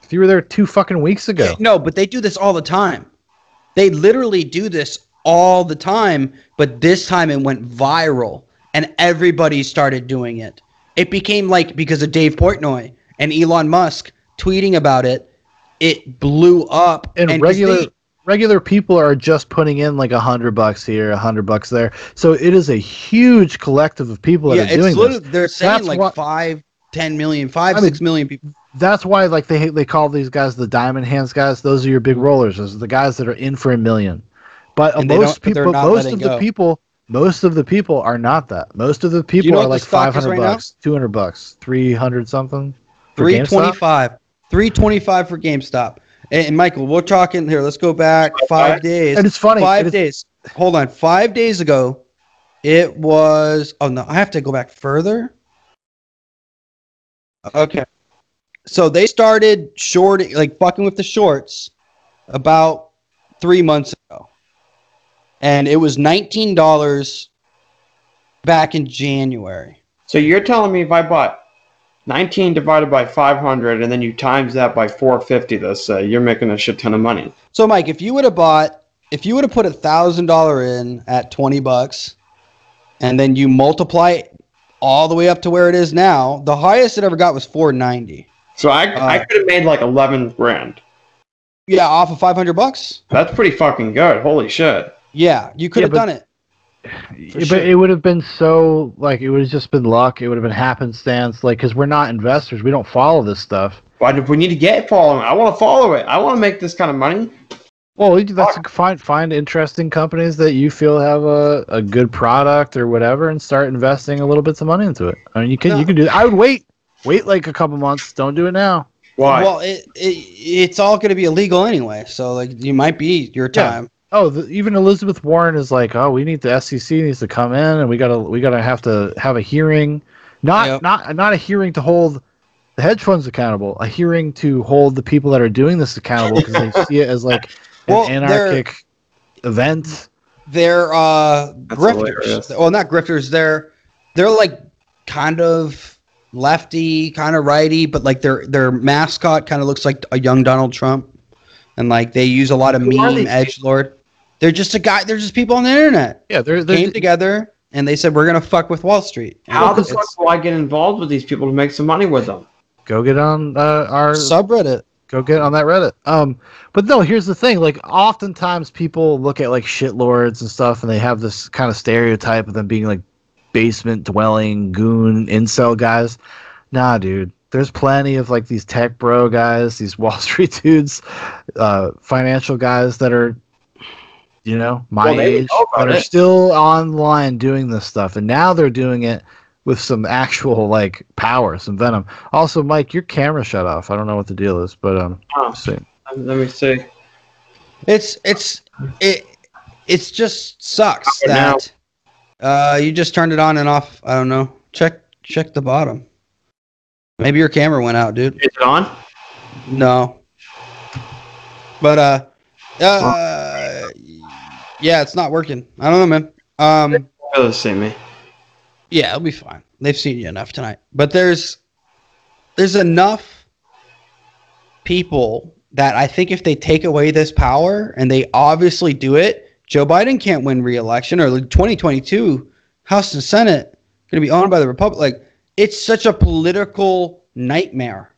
if you were there two fucking weeks ago, No, but they do this all the time. They literally do this all the time, but this time it went viral and everybody started doing it. It became like because of Dave Portnoy and Elon Musk tweeting about it, it blew up. and, 'cause regular they- regular people are just putting in like a hundred bucks here, a hundred bucks there. So it is a huge collective of people that yeah, are it's doing literally this. they're saying That's like what- five, ten million, five, I six million mean- people. That's why, like they they call these guys the diamond hands guys. Those are your big rollers. Those are the guys that are in for a million. But uh, And they most don't- but they're people, not most letting of the go. people, most of the people are not that. Most of the people know are what the like stock five is hundred right now? bucks, two hundred bucks, three hundred something. for Three GameStop? twenty-five, three twenty-five for GameStop. And, and Michael, we're talking here. Let's go back five days. And it's funny. five it is- days. Hold on. Five days ago, it was. Oh no, I have to go back further. Okay. So they started shorting, like fucking with the shorts, about three months ago, and it was nineteen dollars back in January. So you're telling me if I bought 19 divided by 500 and then you times that by 450, let's say, you're making a shit ton of money. So Mike, if you would have bought, if you would have put a thousand dollar in at twenty bucks, and then you multiply it all the way up to where it is now, the highest it ever got was four ninety. So I, I Uh. could have made like 11 grand. Yeah, off of five hundred bucks. That's pretty fucking good. Holy shit. Yeah, you could Yeah, have but- done it. but sure. it would have been so like it would have just been luck. It would have been happenstance. Like because we're not investors, we don't follow this stuff. Why do we need to get following? I want to follow it. I want to make this kind of money. Well, you- that's find find interesting companies that you feel have a, a good product or whatever, and start investing a little bits of money into it. I mean, you can No. you can do. That. I would wait, wait like a couple months. Don't do it now. Why? Well, it, it it's all going to be illegal anyway, so like you might be your Yeah. time. Oh, the, even Elizabeth Warren is like, oh, we need the SEC needs to come in, and we gotta we gotta have to have a hearing, not Yep. not not a hearing to hold the hedge funds accountable, a hearing to hold the people that are doing this accountable because they see it as like an Well, they're- anarchic event. They're uh, grifters. hilarious. Well, not grifters. They're they're like kind of lefty, kind of righty, but like their their mascot kind of looks like a young Donald Trump, and like they use a lot of Who are meme these edge lord. They're just a guy. They're just people on the internet Yeah, they're, came they're together and they said we're gonna fuck with Wall Street. And How the it's- fuck will I get involved with these people to make some money with them? go get on uh, our subreddit? go get on that Reddit. Um, but no, here's the thing. Like, oftentimes people look at like shitlords and stuff, and they have this kind of stereotype of them being like basement dwelling goon incel guys. Nah, dude. There's plenty of like these tech bro guys, these Wall Street dudes, uh, financial guys that are, you know, my Well, they age, know about that are it. still online doing this stuff, and now they're doing it with some actual like power, some venom. Also, Mike, your camera shut off. I don't know what the deal is, but um, Oh. see. Let me see. It's it's it it's just sucks Okay, now- that uh, you just turned it on and off. I don't know. Check check the bottom. Maybe your camera went out, dude. Is it on? No. But uh, uh, yeah, it's not working. I don't know, man. Um, They'll see me. yeah, it'll be fine. They've seen you enough tonight. But there's there's enough people that I think if they take away this power and they obviously do it, Joe Biden can't win re-election or like 2022 House and Senate going to be owned by the Republic. Like it's such a political nightmare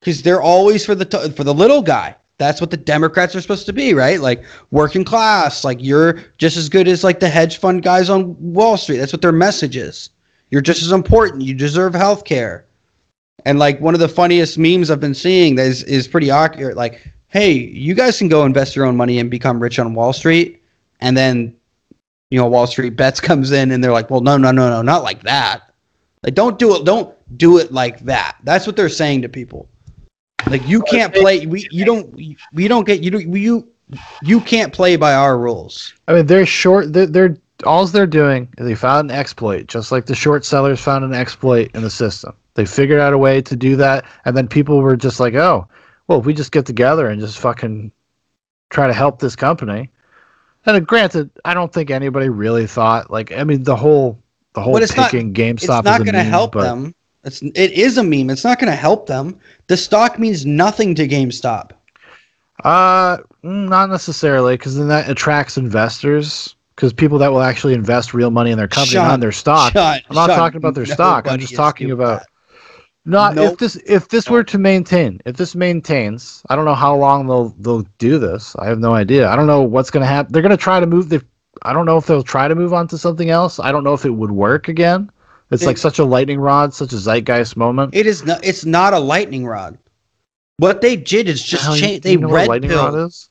because they're always for the t- for the little guy. That's what the Democrats are supposed to be, right? Like working class. Like you're just as good as like the hedge fund guys on Wall Street. That's what their message is. You're just as important. You deserve health care. And like one of the funniest memes I've been seeing that is, is pretty accurate. Like, hey, you guys can go invest your own money and become rich on Wall Street. And then, you know, Wall Street bets comes in and they're like, well, no, no, no, no, not like that. Like, don't do it. Don't do it like that. That's what they're saying to people. Like, you can't play. We, you don't. We don't get. You don't. You you can't play by our rules. I mean, they're short. They're, they're all they're doing is they found an exploit, just like the short sellers found an exploit in the system. They figured out a way to do that, and then people were just like, "Oh, well, if we just get together and just fucking try to help this company." And uh, granted, I don't think anybody really thought like I mean the whole the whole But it's not- picking GameStop. It's is not a going to meme, help but- them. It's it is a meme. It's not going to help them. The stock means nothing to GameStop. Uh, mm, not necessarily, because then that attracts investors, because people that will actually invest real money in their company, Shut- not in their stock. Shut- I'm not shut- talking about their stock. I'm nobody just is talking doing about that. not if Nope. this if this were to maintain if this maintains. I don't know how long they'll they'll do this. I have no idea. I don't know what's gonna happen. They're gonna try to move the. I don't know if they'll try to move on to something else. I don't know if it would work again. It's It- like such a lightning rod, such a zeitgeist moment. It is not. It's not a lightning rod. What they did is just Hell, you- change. you They know what a red lightning pilled. rod is.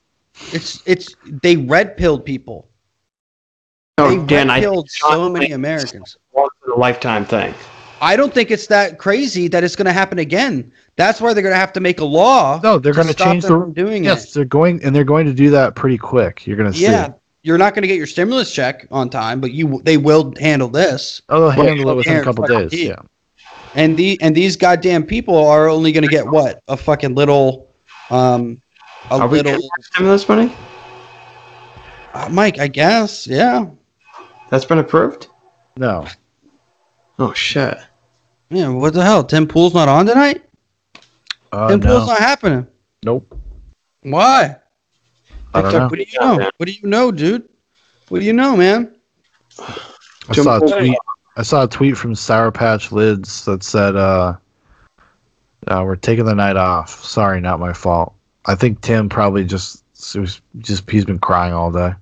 It's it's they red pilled people. No, they Oh, Dan, red I pilled so John many Wayne- Americans. once in a lifetime thing. I don't think it's that crazy that it's going to happen again. That's why they're going to have to make a law. No, they're going to stop change them the from doing Yes, it. they're going, and they're going to do that pretty quick. You're going to Yeah, see. you're not going to get your stimulus check on time, but you they will handle this. Oh, they'll Well, handle it within a yeah, couple fucking days. heat. Yeah. And the and these goddamn people are only going to get what a fucking little, um, a Are we little getting stimulus money? uh, Mike. I guess yeah, That's been approved? No. Oh shit. yeah. What the hell? Tim Pool's not on tonight. Uh, Tim Pool's no. not happening. Nope. Why? I don't Like, Oh, know. What do you know? What do you know, dude? What do you know, man? I Tim saw a Pool- tweet. I saw a tweet from Sour Patch Lids that said, uh, uh, "We're taking the night off. Sorry, not my fault." I think Tim probably just it was just he's been crying all day.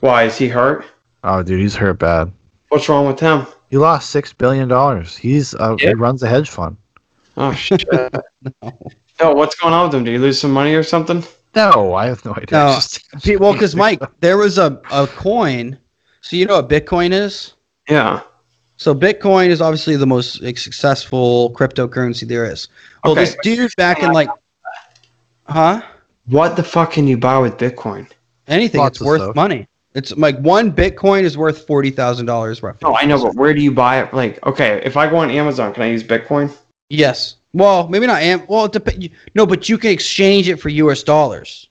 Why is he hurt? Oh, dude, he's hurt bad. What's wrong with him? He lost six billion dollars. He's uh, Yeah. he runs a hedge fund. Oh shit. no. what's going on with him? Did he lose some money or something? No, Oh, I have no idea. No. Just- Pe- Well, because Mike, there was a, a coin. So you know what Bitcoin is. Yeah. So Bitcoin is obviously the most like, successful cryptocurrency there is. Well, Okay. this dude back in like, huh? What the fuck can you buy with Bitcoin? Anything. Lots it's of worth stuff. money. It's like one Bitcoin is worth forty thousand dollars roughly. No, Oh, I know, but where do you buy it? Like, okay, if I go on Amazon, can I use Bitcoin? Yes. Well, maybe not. Am- well, it dep- you- no, but you can exchange it for U.S. dollars.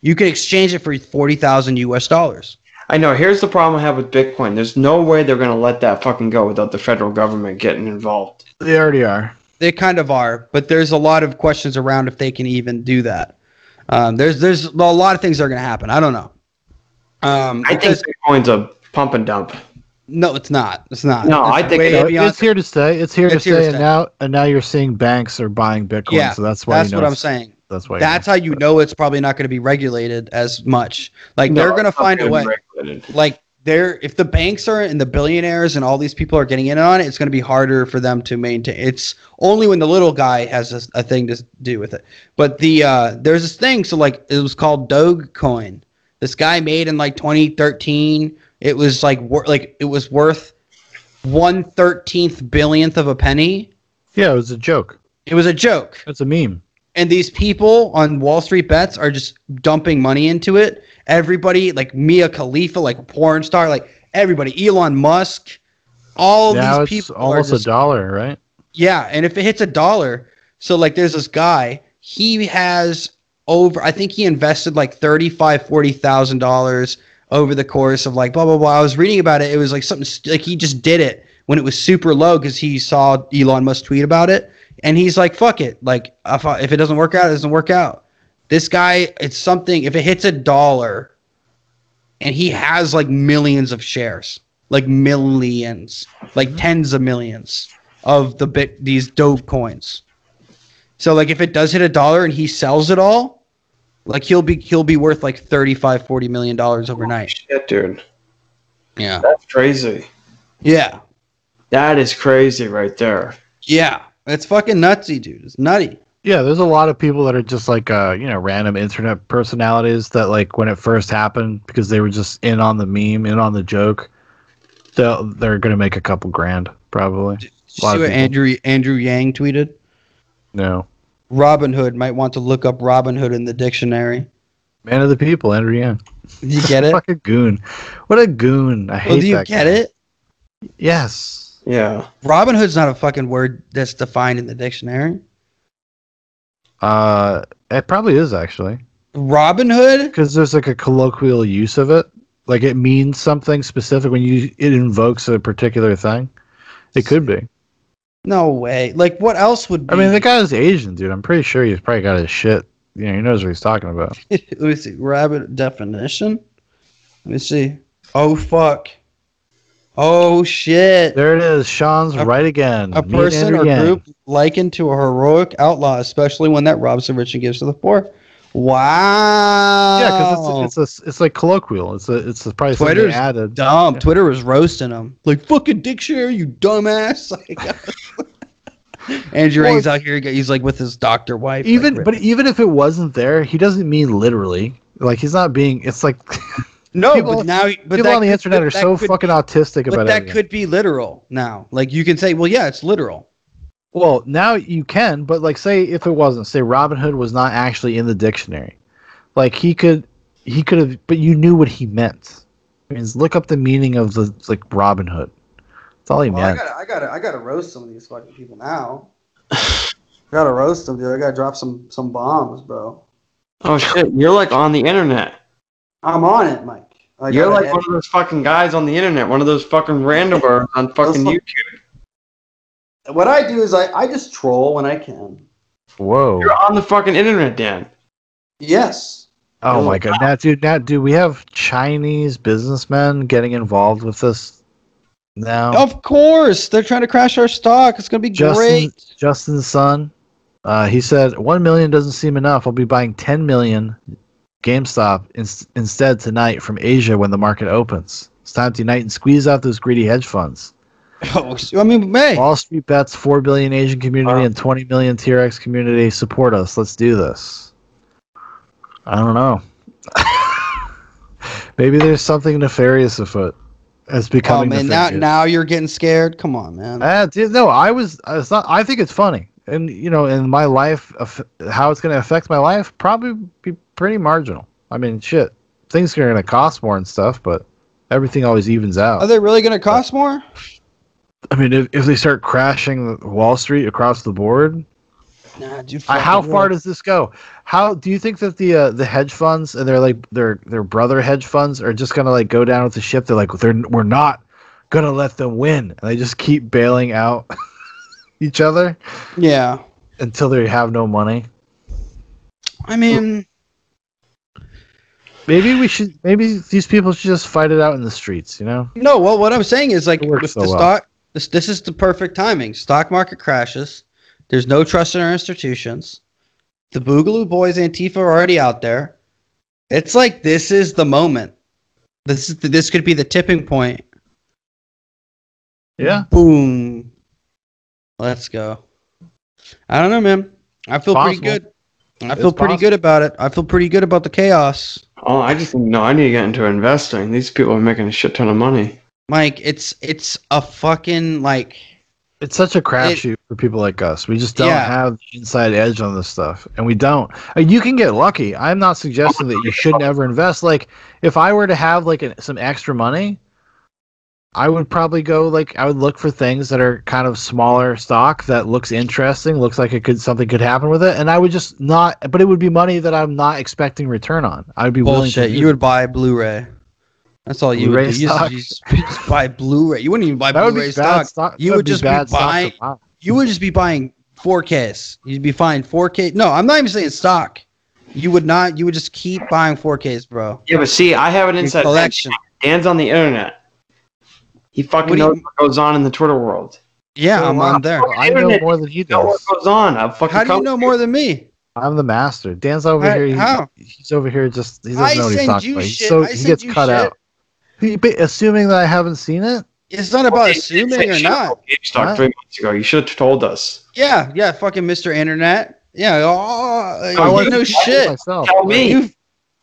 You can exchange it for forty thousand U.S. dollars. I know. Here's the problem I have with Bitcoin. There's no way they're going to let that fucking go without the federal government getting involved. They already are. They kind of are, but there's a lot of questions around if they can even do that. Um, there's there's a lot of things that are going to happen. I don't know. Um, I think because- Bitcoin's a pump and dump. no, it's not. It's not. No, It's I think way it- So beyond- it's here to stay. It's here to It's here stay. to And stay. now, and now you're seeing banks are buying Bitcoin. Yeah, so that's why. that's you know what I'm it's- saying. That's why. That's how you know it's probably not going to be regulated as much. Like No, they're going to it's not find a gonna way. be regulated. like they're if the banks are and the billionaires and all these people are getting in on it, it's going to be harder for them to maintain. It's only when the little guy has a, a thing to do with it. But the uh, there's this thing, so like it was called Dogecoin. This guy made in like 2013. It was like wor- like it was worth one thirteenth billionth of a penny. Yeah, it was a joke. It was a joke It's a meme. and these people on Wall Street bets are just dumping money into it. Everybody, like Mia Khalifa, like a porn star, like everybody, Elon Musk, all now these it's people are almost just, a dollar, right? yeah. And if it hits a dollar, so like there's this guy, he has over, I think he invested like thirty-five, forty thousand dollars over the course of like blah blah blah. I was reading about it. It was like something st- like he just did it when it was super low because he saw Elon Musk tweet about it, and he's like, "Fuck it! Like if, I, if it doesn't work out, it doesn't work out." This guy, it's something. If it hits a dollar, and he has like millions of shares, like millions, like tens of millions of the bit these Dove coins. So like if it does hit a dollar and he sells it all, like he'll be he'll be worth like 35 40 million dollars overnight. Shit, dude. Yeah. That's crazy. Yeah. That is crazy right there. Yeah. It's fucking nutsy, dude. It's nutty. Yeah, there's a lot of people that are just like uh, you know, random internet personalities that like when it first happened because they were just in on the meme, in on the joke. They'll, they're gonna make a couple grand probably. A Did you lot see of what people. Andrew Andrew Yang tweeted? No, Robin Hood might want to look up Robin Hood in the dictionary. man of the people, Andrew Yang. Do you get it? Fuck a goon. What a goon. I hate well, do you that get guy. it? Yes. Yeah. Robin Hood's not a fucking word that's defined in the dictionary. Uh, it probably is actually Robin Hood? because there's like a colloquial use of it. Like it means something specific when you it invokes a particular thing. It could be. No way. Like what else would be I mean, the guy was Asian, dude. I'm pretty sure he's probably got his shit. You know, he knows what he's talking about. Let me see. Rabbit definition. Let me see. Oh fuck. Oh shit. There it is. Sean's A- right again. a Meet person Andrew or Yang. group likened to a heroic outlaw, especially one that robs the rich and gives to the poor. Wow. Yeah, because it's, it's a, it's like colloquial. It's a, it's probably something Oh. Twitter's they added. dumb. Twitter was roasting him. Like fucking dictionary, you dumbass. Like, Andrew Well, Yang's out here. He's like with his doctor wife. like, Even ripping but even if it wasn't there, he doesn't mean literally. Like he's not being. It's like No, People- but now but people that on the could- internet but are that so could- fucking autistic But about that everything. could be literal now. Like you can say, well, yeah, it's literal. Well, now you can, but like say if it wasn't, say Robin Hood was not actually in the dictionary. Like he could he could have but you knew what he meant. I mean, look up the meaning of the like Robin Hood. That's all he meant. I gotta, I gotta roast some of these fucking people now. I gotta roast them, dude. I gotta drop some, some bombs, bro. Oh shit. You're like on the internet. I'm on it, Mike. I You're like one of those fucking guys on the internet, one of those fucking randomers on fucking Those YouTube. fu- what I do is I, I just troll when I can. Whoa. You're on the fucking internet, Dan. Yes. Oh my god. Now dude, now dude, we have Chinese businessmen getting involved with this now. Of course, they're trying to crash our stock. It's gonna be Justin- great. Justin's son. Uh, he said, one million doesn't seem enough. I'll be buying 10 million GameStop ins instead tonight from Asia when the market opens. It's time to unite and squeeze out those greedy hedge funds. Oh, I mean, hey, Wall Street bets 4 billion Asian community Wow. and 20 million TRX community support us. Let's do this. I don't know. Maybe there's something nefarious afoot. It's oh becoming man, now, nefarious. now you're getting scared. Come on, man. Uh, dude, no, I was. uh, It's not. I think it's funny, and you know, in my life, aff- how it's going to affect my life probably be pretty marginal. I mean, shit, things are going to cost more and stuff, but everything always evens out. Are they really gonna cost more? I mean, if, if they start crashing Wall Street across the board, Nah, dude. Uh, how fucking far rule. does this go? How do you think that the uh, the hedge funds and their like their their brother hedge funds are just gonna like go down with the ship? They're like they're we're not gonna let them win, and they just keep bailing out each other Yeah. until they have no money. I mean, Maybe we should. Maybe these people should just fight it out in the streets. You know? no. Well, what I'm saying is like It works with so the well. stock, this this is the perfect timing. Stock market crashes. There's no trust in our institutions. The Boogaloo Boys, Antifa are already out there. It's like this is the moment. This is the, this could be the tipping point. Yeah. Boom. Let's go. I don't know, man. I feel Possible. pretty good. I feel It's pretty possible. good about it. I feel pretty good about the chaos. Oh, I just no. I need to get into investing. These people are making a shit ton of money. Mike, it's it's a fucking like It's such a crapshoot for people like us. We just don't Yeah. have the inside edge on this stuff, and we don't. Uh, You can get lucky. I'm not suggesting that you shouldn't ever invest. Like, if I were to have like an, some extra money, I would probably go like I would look for things that are kind of smaller stock that looks interesting, looks like it could something could happen with it, and I would just not. But it would be money that I'm not expecting return on. I'd be willing to. bullshit. do You would buy Blu-ray. That's all you Blu-ray would do. You stock. just, you just- you just buy Blu-ray. You wouldn't even buy that would Blu-ray be bad stock. stock. You that would just be bad stock to buying- buy. You would just be buying 4Ks. You'd be buying 4K. No, I'm not even saying stock. You would not. You would just keep buying 4Ks, bro. Yeah, but see, I have an Your inside. collection. Dan's on the internet. He fucking What do you- knows what goes on in the Twitter world. Yeah, Oh, I'm wow. on there. Well, I know Internet- more than he You know does. what goes on? I fucking. How do you come- know more than me? I'm the master. Dan's over How- here. He, how? He's over here. Just he doesn't I know what he's send talking you about. He's shit. so I he send gets you cut shit. out. He- but assuming that I haven't seen it, It's not about Hey, assuming hey, or shut up, not. GameStop Huh? three months ago. You should have told us. Yeah, yeah, fucking Mr. Internet. Yeah, oh, I you wasn't- know I did shit. myself. Tell me. Oh, You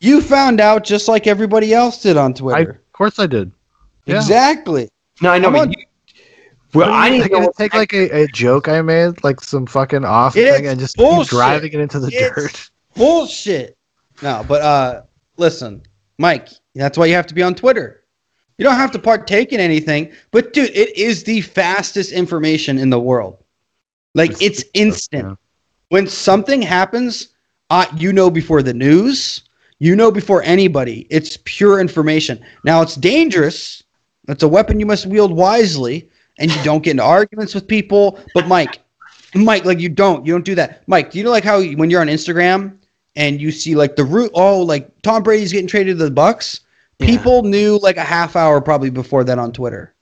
you found out just like everybody else did on I, Twitter. of course I did. Yeah. Exactly. No, I know. I'm But on- you, well, I need am to know gonna what- take like a, a joke I made, like some fucking off It's thing, and just bullshit. keep driving it into the It's- dirt. Bullshit. No, but uh listen, Mike, that's why you have to be on Twitter. You don't have to partake in anything, but dude, it is the fastest information in the world. Like It's- it's instant. yeah. When something happens, uh, you know before the news, you know before anybody. It's pure information. Now it's dangerous. It's a weapon you must wield wisely, and you don't get into arguments with people. But Mike, Mike, like you don't, you don't do that. Mike, do you know like how when you're on Instagram and you see like the root? Oh, like Tom Brady's getting traded to the Bucks. Yeah. People knew like a half hour probably before that on Twitter.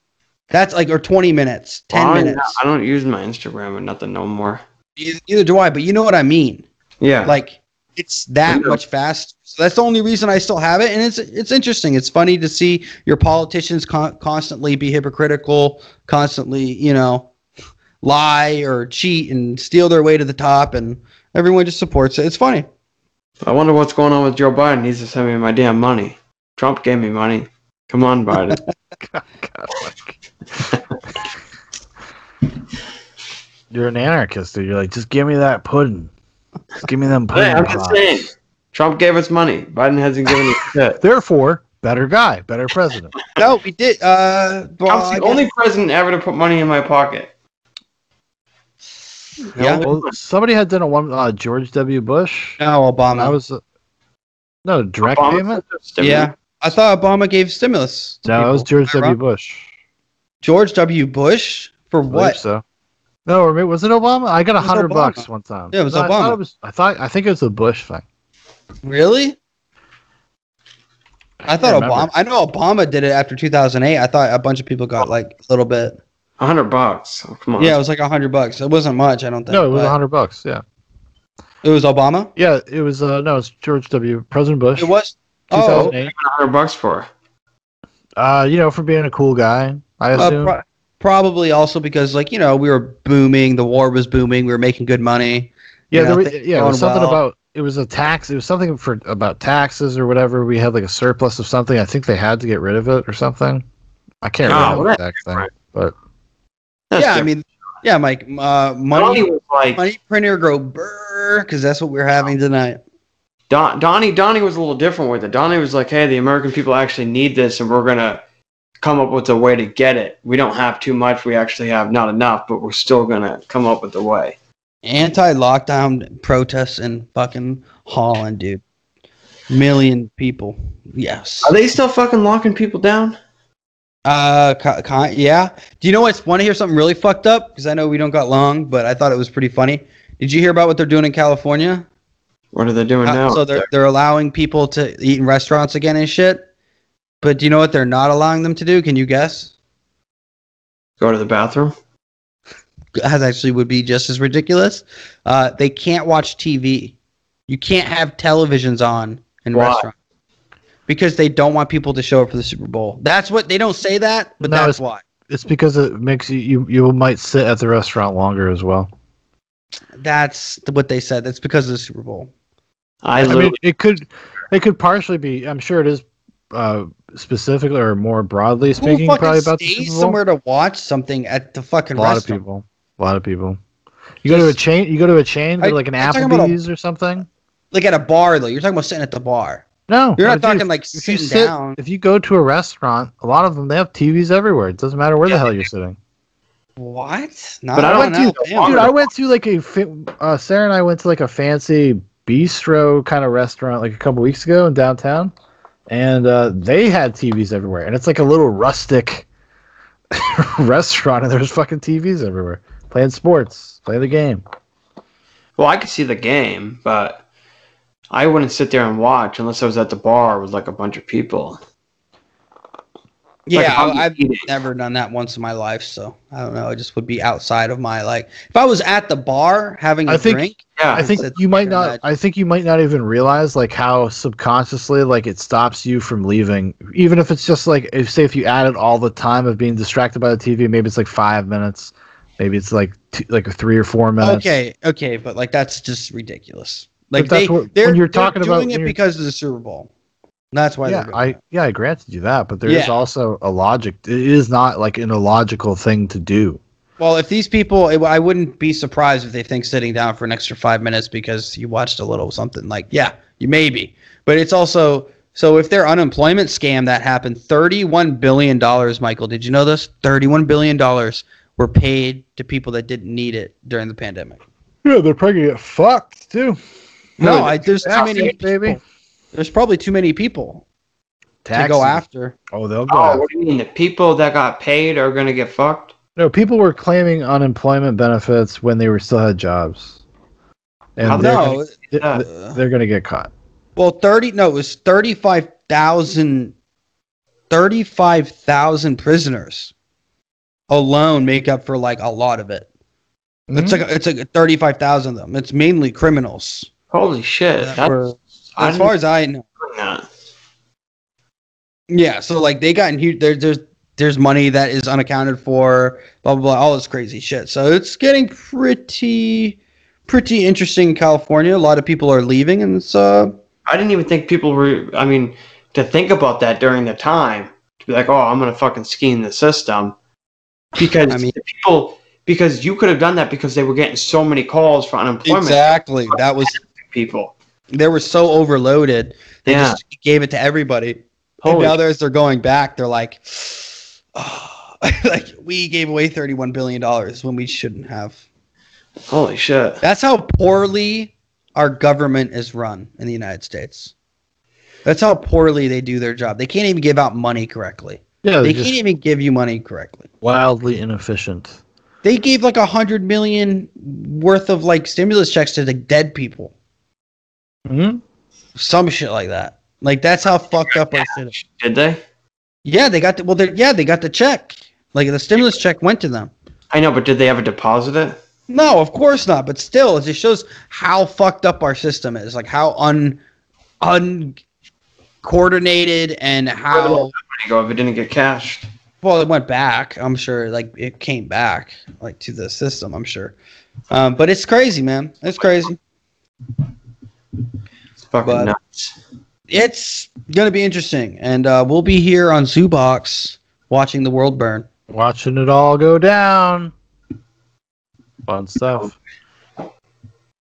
That's like or twenty minutes, ten Well, I'm not- minutes. I don't use my Instagram and nothing no more. Neither neither do I, but you know what I mean. Yeah. Like it's that Yeah. much fast. So that's the only reason I still have it, and it's it's interesting. It's funny to see your politicians con- constantly be hypocritical, constantly you know lie or cheat and steal their way to the top, and everyone just supports it. It's funny. I wonder what's going on with Joe Biden. He's just sending me my damn money. Trump gave me money. Come on, Biden. God, like- You're an anarchist, dude. You're like, just give me that pudding. Just give me them pudding. I'm just pops." saying. Trump gave us money. Biden hasn't given us shit. Therefore, better guy, better president. No, we did. Uh, well, Trump's I the guess- only president ever to put money in my pocket. Yeah. Well, somebody had done a one uh, George W. Bush. no Obama. That was uh, no direct Obama- payment. yeah, I thought Obama gave stimulus. to No, that was people. George Am I W. wrong? Bush. George W. Bush for I believe what? So. No, or maybe- was it Obama? I got a was hundred Obama. bucks one time. Yeah, it was No, I thought Obama. it was- I thought I think it was a Bush thing. Really? I thought remember. Obama. I know Obama did it after 2008. I thought a bunch of people got like a little bit. Uh-huh. 100 bucks. Oh, come on. Yeah, it was like hundred bucks. It wasn't much, I don't think. No, it was a but- hundred bucks. Yeah, It was Obama. yeah, it was. Uh, no, it's George W. President Bush. It was. Oh, 2008. 100 bucks for. Uh, you know, for being a cool guy, I uh, assume. pro- probably also because like you know we were booming, the war was booming, we were making good money. yeah, you know, there was, things yeah, it was going something well. about it was a tax. It was something for about taxes or whatever. We had like a surplus of something. I think they had to get rid of it or something. I can't Oh, remember the that's exact thing. different. Yeah, That's I different. mean, yeah, Mike, uh, Donnie money, was like money printer go brr because that's what we're having tonight. Don, Donnie. Donnie was a little different with it. Donnie was like, "Hey, the American people actually need this, and we're gonna come up with a way to get it. We don't have too much. We actually have not enough, but we're still gonna come up with a way." anti-lockdown protests in fucking Holland, dude. Million people. Yes. Are they still fucking locking people down? Uh, ki- ki- yeah. Do you know what's want to hear something really fucked up? Because I know we don't got long, but I thought it was pretty funny. Did you hear about what they're doing in California? What are they doing Uh, now? so they're they're allowing people to eat in restaurants again and shit. But do you know what they're not allowing them to do? Can you guess? Go to the bathroom. That actually would be just as ridiculous. Uh, they can't watch TV. You can't have televisions on in Why? restaurants because they don't want people to show up for the Super Bowl. That's what they don't say that, but No, that's it's- why. It's because it makes you, you you might sit at the restaurant longer as well. That's what they said. That's because of the Super Bowl. I, I literally mean, it could it could partially be. I'm sure it is uh, specifically or more broadly speaking, fucking probably about the stays Super Bowl. somewhere to watch something at the fucking a lot of restaurant. people. A lot of people. You go to a Just- chain. You go to a chain, go Are- to like an you're talking about a- Applebee's or something. Like at a bar, though. You're talking about sitting at the bar. No, You're I not mean, talking dude, like if you sitting sit, down. if you go to a restaurant, a lot of them they have TVs everywhere. It doesn't matter where the hell you're sitting. What? No, But I not went in to the Alabama. bar. Dude, I went to like a fa- uh, Sarah and I went to like a fancy bistro kind of restaurant like a couple weeks ago in downtown, and uh, they had TVs everywhere, and it's like a little rustic restaurant, and there's fucking TVs everywhere playing sports, play the game. well, I could see the game, but I wouldn't sit there and watch unless I was at the bar with like a bunch of people. Yeah, Like, how I- you I've eat it. never done that once in my life, so I don't know. It just would be outside of my like. If I was at the bar having a I think- drink, Yeah, I think That's you might fucking not. magic. I think you might not even realize like how subconsciously like it stops you from leaving, even if it's just like if say if you added all the time of being distracted by the TV, maybe it's like five minutes, maybe it's like two, like three or four minutes. okay, okay, but like that's just ridiculous. But Like that's they, what- when they're, you're they're talking about- doing when it you're- because of the Super Bowl. That's why. yeah, they're doing I it. yeah I granted you that, but there is Yeah. also a logic. It is not like an illogical thing to do. Well, if these people, it, I wouldn't be surprised if they think sitting down for an extra five minutes because you watched a little something. Like, yeah, you maybe, but it's also so if their unemployment scam that happened, thirty-one billion dollars, Michael. Did you know this? Thirty-one billion dollars were paid to people that didn't need it during the pandemic. Yeah, they're probably gonna get fucked too. No, I, there's too Tax many. it, baby. people. There's probably too many people to go Taxes. after. Oh, they'll go. Oh, after. what do you mean? The people that got paid are gonna get fucked? No, people were claiming unemployment benefits when they were still had jobs. How And the they're, hell gonna- No, th- that? th- they're gonna get caught. Well, 30 no, it was 35,000 35,000 prisoners alone make up for like a lot of it. It's Hmm? Mm-hmm. like it's like 35,000 of them. It's mainly criminals. Holy shit! that That's, were- I as didn't far as I know. know that. Yeah, so like they got in huge there, there's there's money that is unaccounted for, blah blah blah, all this crazy shit. So it's getting pretty pretty interesting in California. A lot of people are leaving and it's uh I didn't even think people were. I mean, to think about that during the time to be like, "Oh, I'm gonna fucking scheme the system," because I mean- the people because you could have done that because they were getting so many calls for unemployment exactly. That was people. they were so overloaded they Yeah. just gave it to everybody and Holy now there's they're going back they're like "Oh," like we gave away 31 billion dollars when we shouldn't have holy shit! that's how poorly our government is run in the united states that's how poorly they do their job they can't even give out money correctly Yeah, they're they can't just even give you money correctly wildly inefficient. they gave like a hundred million worth of like stimulus checks to the dead people hmm some shit like that like that's how fucked up our shit is Did they? Yeah, they got the well. They yeah, they got the check. Like the stimulus check went to them. I know, but did they ever deposit it? No, of course not. But still, it just shows how fucked up our system is. Like how un uncoordinated and how Where'd it Go if it didn't get cashed. well it went back. I'm sure. Like it came back like to the system. I'm sure. Um, but it's crazy, man. It's crazy. It's fucking But- nuts. It's gonna be interesting, and uh, we'll be here on Zoobox watching the world burn. Watching it all go down. Fun stuff.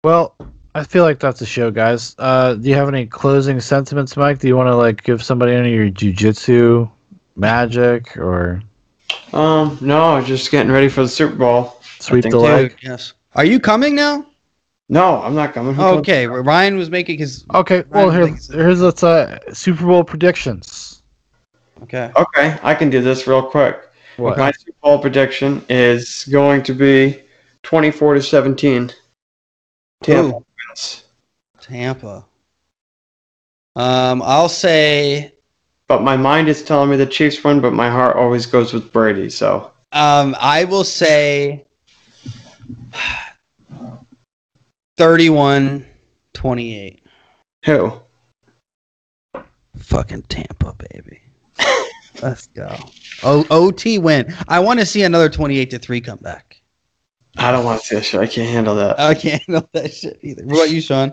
Well, I feel like that's the show, guys. Uh, do you have any closing sentiments, Mike? Do you want to like give somebody any of your jujitsu magic or Um, no, just getting ready for the Super Bowl. sweep think the so. leg? Dude, yes. Are you coming now? No, I'm not coming. Who told- okay, well, Ryan was making his. Okay, well Ryan here, thinks- here's let's uh Super Bowl predictions. Okay. Okay, I can do this real quick. What? My Super Bowl prediction is going to be 24 to 17. Tampa Ooh, wins. Tampa. Um, I'll say. But my mind is telling me the Chiefs win, but my heart always goes with Brady. So Um, I will say. 31 28. who? Fucking Tampa, baby. Let's go. O- OT win. I want to see another 28 to 3 comeback. I don't want to see that shit. I can't handle that. I can't handle that shit either. What about you, Sean?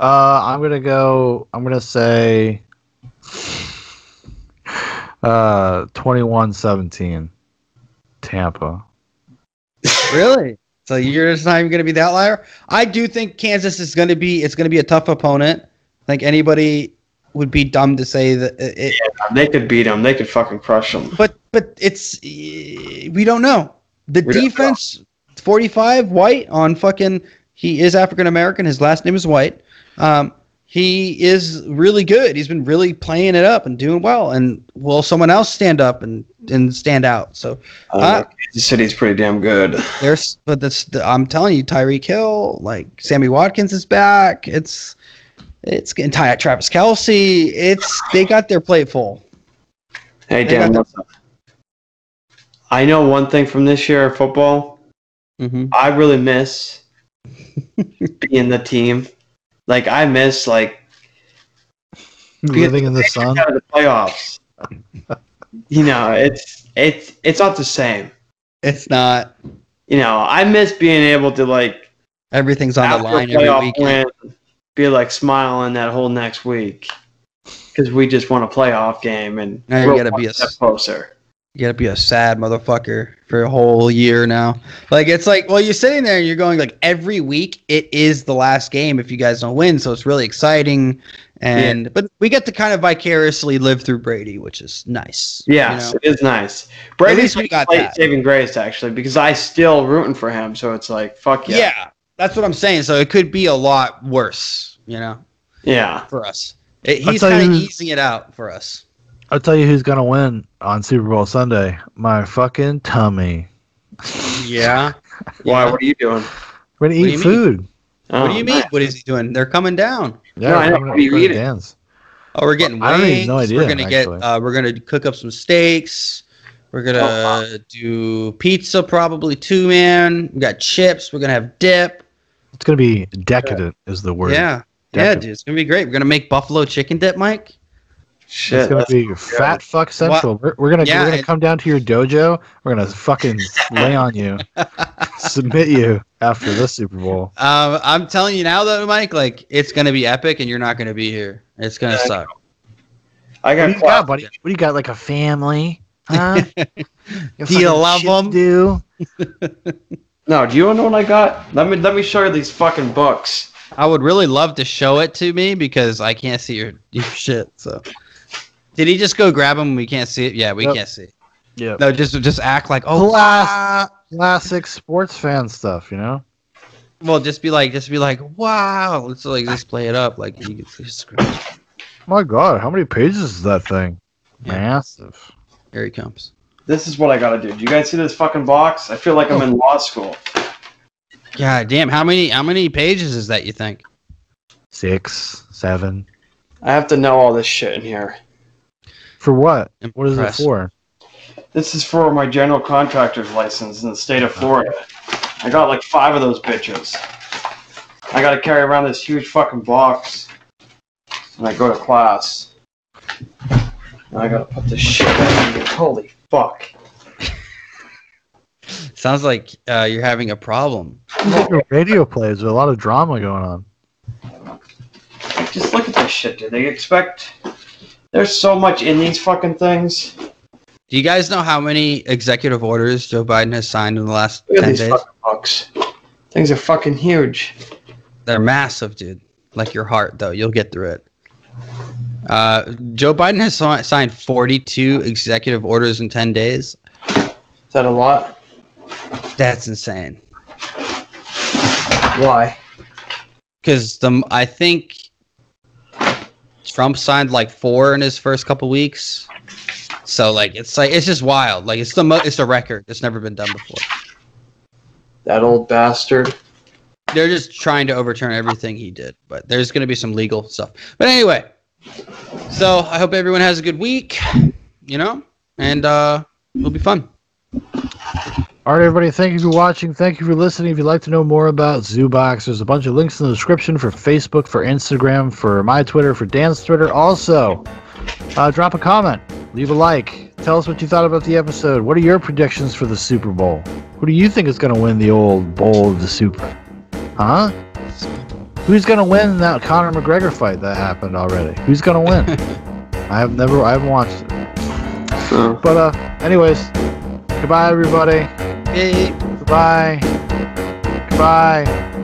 Uh, I'm gonna go. I'm gonna say. Uh, 21-17, Tampa. Really? So you're just not even going to be that liar. I do think Kansas is going to be. It's going to be a tough opponent. Like anybody would be dumb to say that. It, it- They could beat them. They could fucking crush them. But but it's eh, we don't know. The We don't know. defense, 45 White on fucking. He is African American. His last name is White. Um, he is really good. He's been really playing it up and doing well. And will someone else stand up and and stand out? So I don't know. Uh, Kansas City's pretty damn good. There's, but that's. The, I'm telling you, Tyreek Hill, like Sammy Watkins is back. It's, it's getting tired. Travis Kelsey. It's they got their plate full. Hey, They Dan, got what's up? I know one thing from this year of football. Mm-hmm. I really miss being the team. Like, I miss, like, Living in the sun. out of the playoffs. you know, it's it's it's not the same. It's not. You know, I miss being able to like Everything's on the after a line every playoff weekend. win, be like smiling that whole next week because we just won a playoff game and Now you we're gotta one be a step s- closer. You gotta be a sad motherfucker for a whole year now. Like it's like, well, you're sitting there and you're going like every week. It is the last game if you guys don't win, so it's really exciting. And but we get to kind of vicariously live through Brady, which is nice. you Yes, know? it is nice. Brady's least we like got slight that. saving grace actually because I still rooting for him, so it's like fuck yeah. yeah, that's what I'm saying. So it could be a lot worse, you know, yeah. for us. It, I'll he's tell kind of you- easing it out for us. I'll tell you who's gonna win on Super Bowl Sunday. My fucking tummy. Yeah. Why? What are you doing? We're gonna What do eat you mean? food. Oh, What do you mean? nice. What is he doing? They're coming down. Yeah, No, we're I know. coming What up are you for the eating? Dance. Oh, we're getting I wings. don't even know I We're did, gonna actually. get. Uh, we're gonna cook up some steaks. We're gonna Oh, wow. do pizza probably too, man. We got chips. We're gonna have dip. It's gonna be decadent. Is the word? Yeah. Yeah, Definitely. dude, it's gonna be great. We're gonna make buffalo chicken dip, Mike. Shit, It's gonna that's- be fat fuck central. We're, we're gonna Yeah, we're gonna it- come down to your dojo. We're gonna fucking lay on you, submit you after this Super Bowl. Um, I'm telling you now, though, Mike, like it's gonna be epic, and you're not gonna be here. It's gonna Yeah, I suck. I What got do you class. got, buddy? What do you got? Like a family? Huh? Do you love 'em? Do No, do you know what I got? Let me let me show you these fucking books. I would really love to show it to me because I can't see your, your shit. So, did he just go grab him? We can't see it. Yeah, we Yep. can't see. It. yeah, No, just just act like oh. Class- classic sports fan stuff. You know, Well, just be like, just be like, wow. Let's like just play it up, like you can see. Scrooge. my God, how many pages is that thing? Yeah. Massive. Here he comes. This is what I gotta do. Do you guys see this fucking box? I feel like I'm in law school. God damn, how many how many pages is that? You think? Six, seven. I have to know all this shit in here. For what? What is it Impressed. for? This is for my general contractor's license in the state of Florida. I got like five of those bitches. I gotta carry around this huge fucking box when I go to class. And I gotta put this shit in here. Holy fuck. Sounds like uh, you're having a problem. Your radio plays with a lot of drama going on. Like, just look at this shit, dude. They expect. There's so much in these fucking things. Do you guys know how many executive orders Joe Biden has signed in the last Look at ten these days? fucking books. Things are fucking huge. They're massive, dude. Like your heart, though. You'll get through it. Uh, Joe Biden has si- signed 42 executive orders in 10 days. Is that a lot? That's insane. Why? because the I think Trump signed like four in his first couple weeks. So like it's like it's just wild. Like it's the mo- it's a record. It's never been done before. That old bastard. They're just trying to overturn everything he did, but there's going to be some legal stuff. But anyway, so I hope everyone has a good week, you know, and uh, it'll be fun. All right, everybody, thank you for watching. Thank you for listening. If you'd like to know more about Zoobox, there's a bunch of links in the description for Facebook, for Instagram, for my Twitter, for Dan's Twitter. Also, uh, drop a comment, leave a like, tell us what you thought about the episode. What are your predictions for the Super Bowl? Who do you think is going to win the old bowl of the Super? Huh? Who's going to win that Conor McGregor fight that happened already? Who's going to win? I have never, I haven't watched it. So, But, uh, anyways, goodbye, everybody. Hey. Goodbye. Goodbye.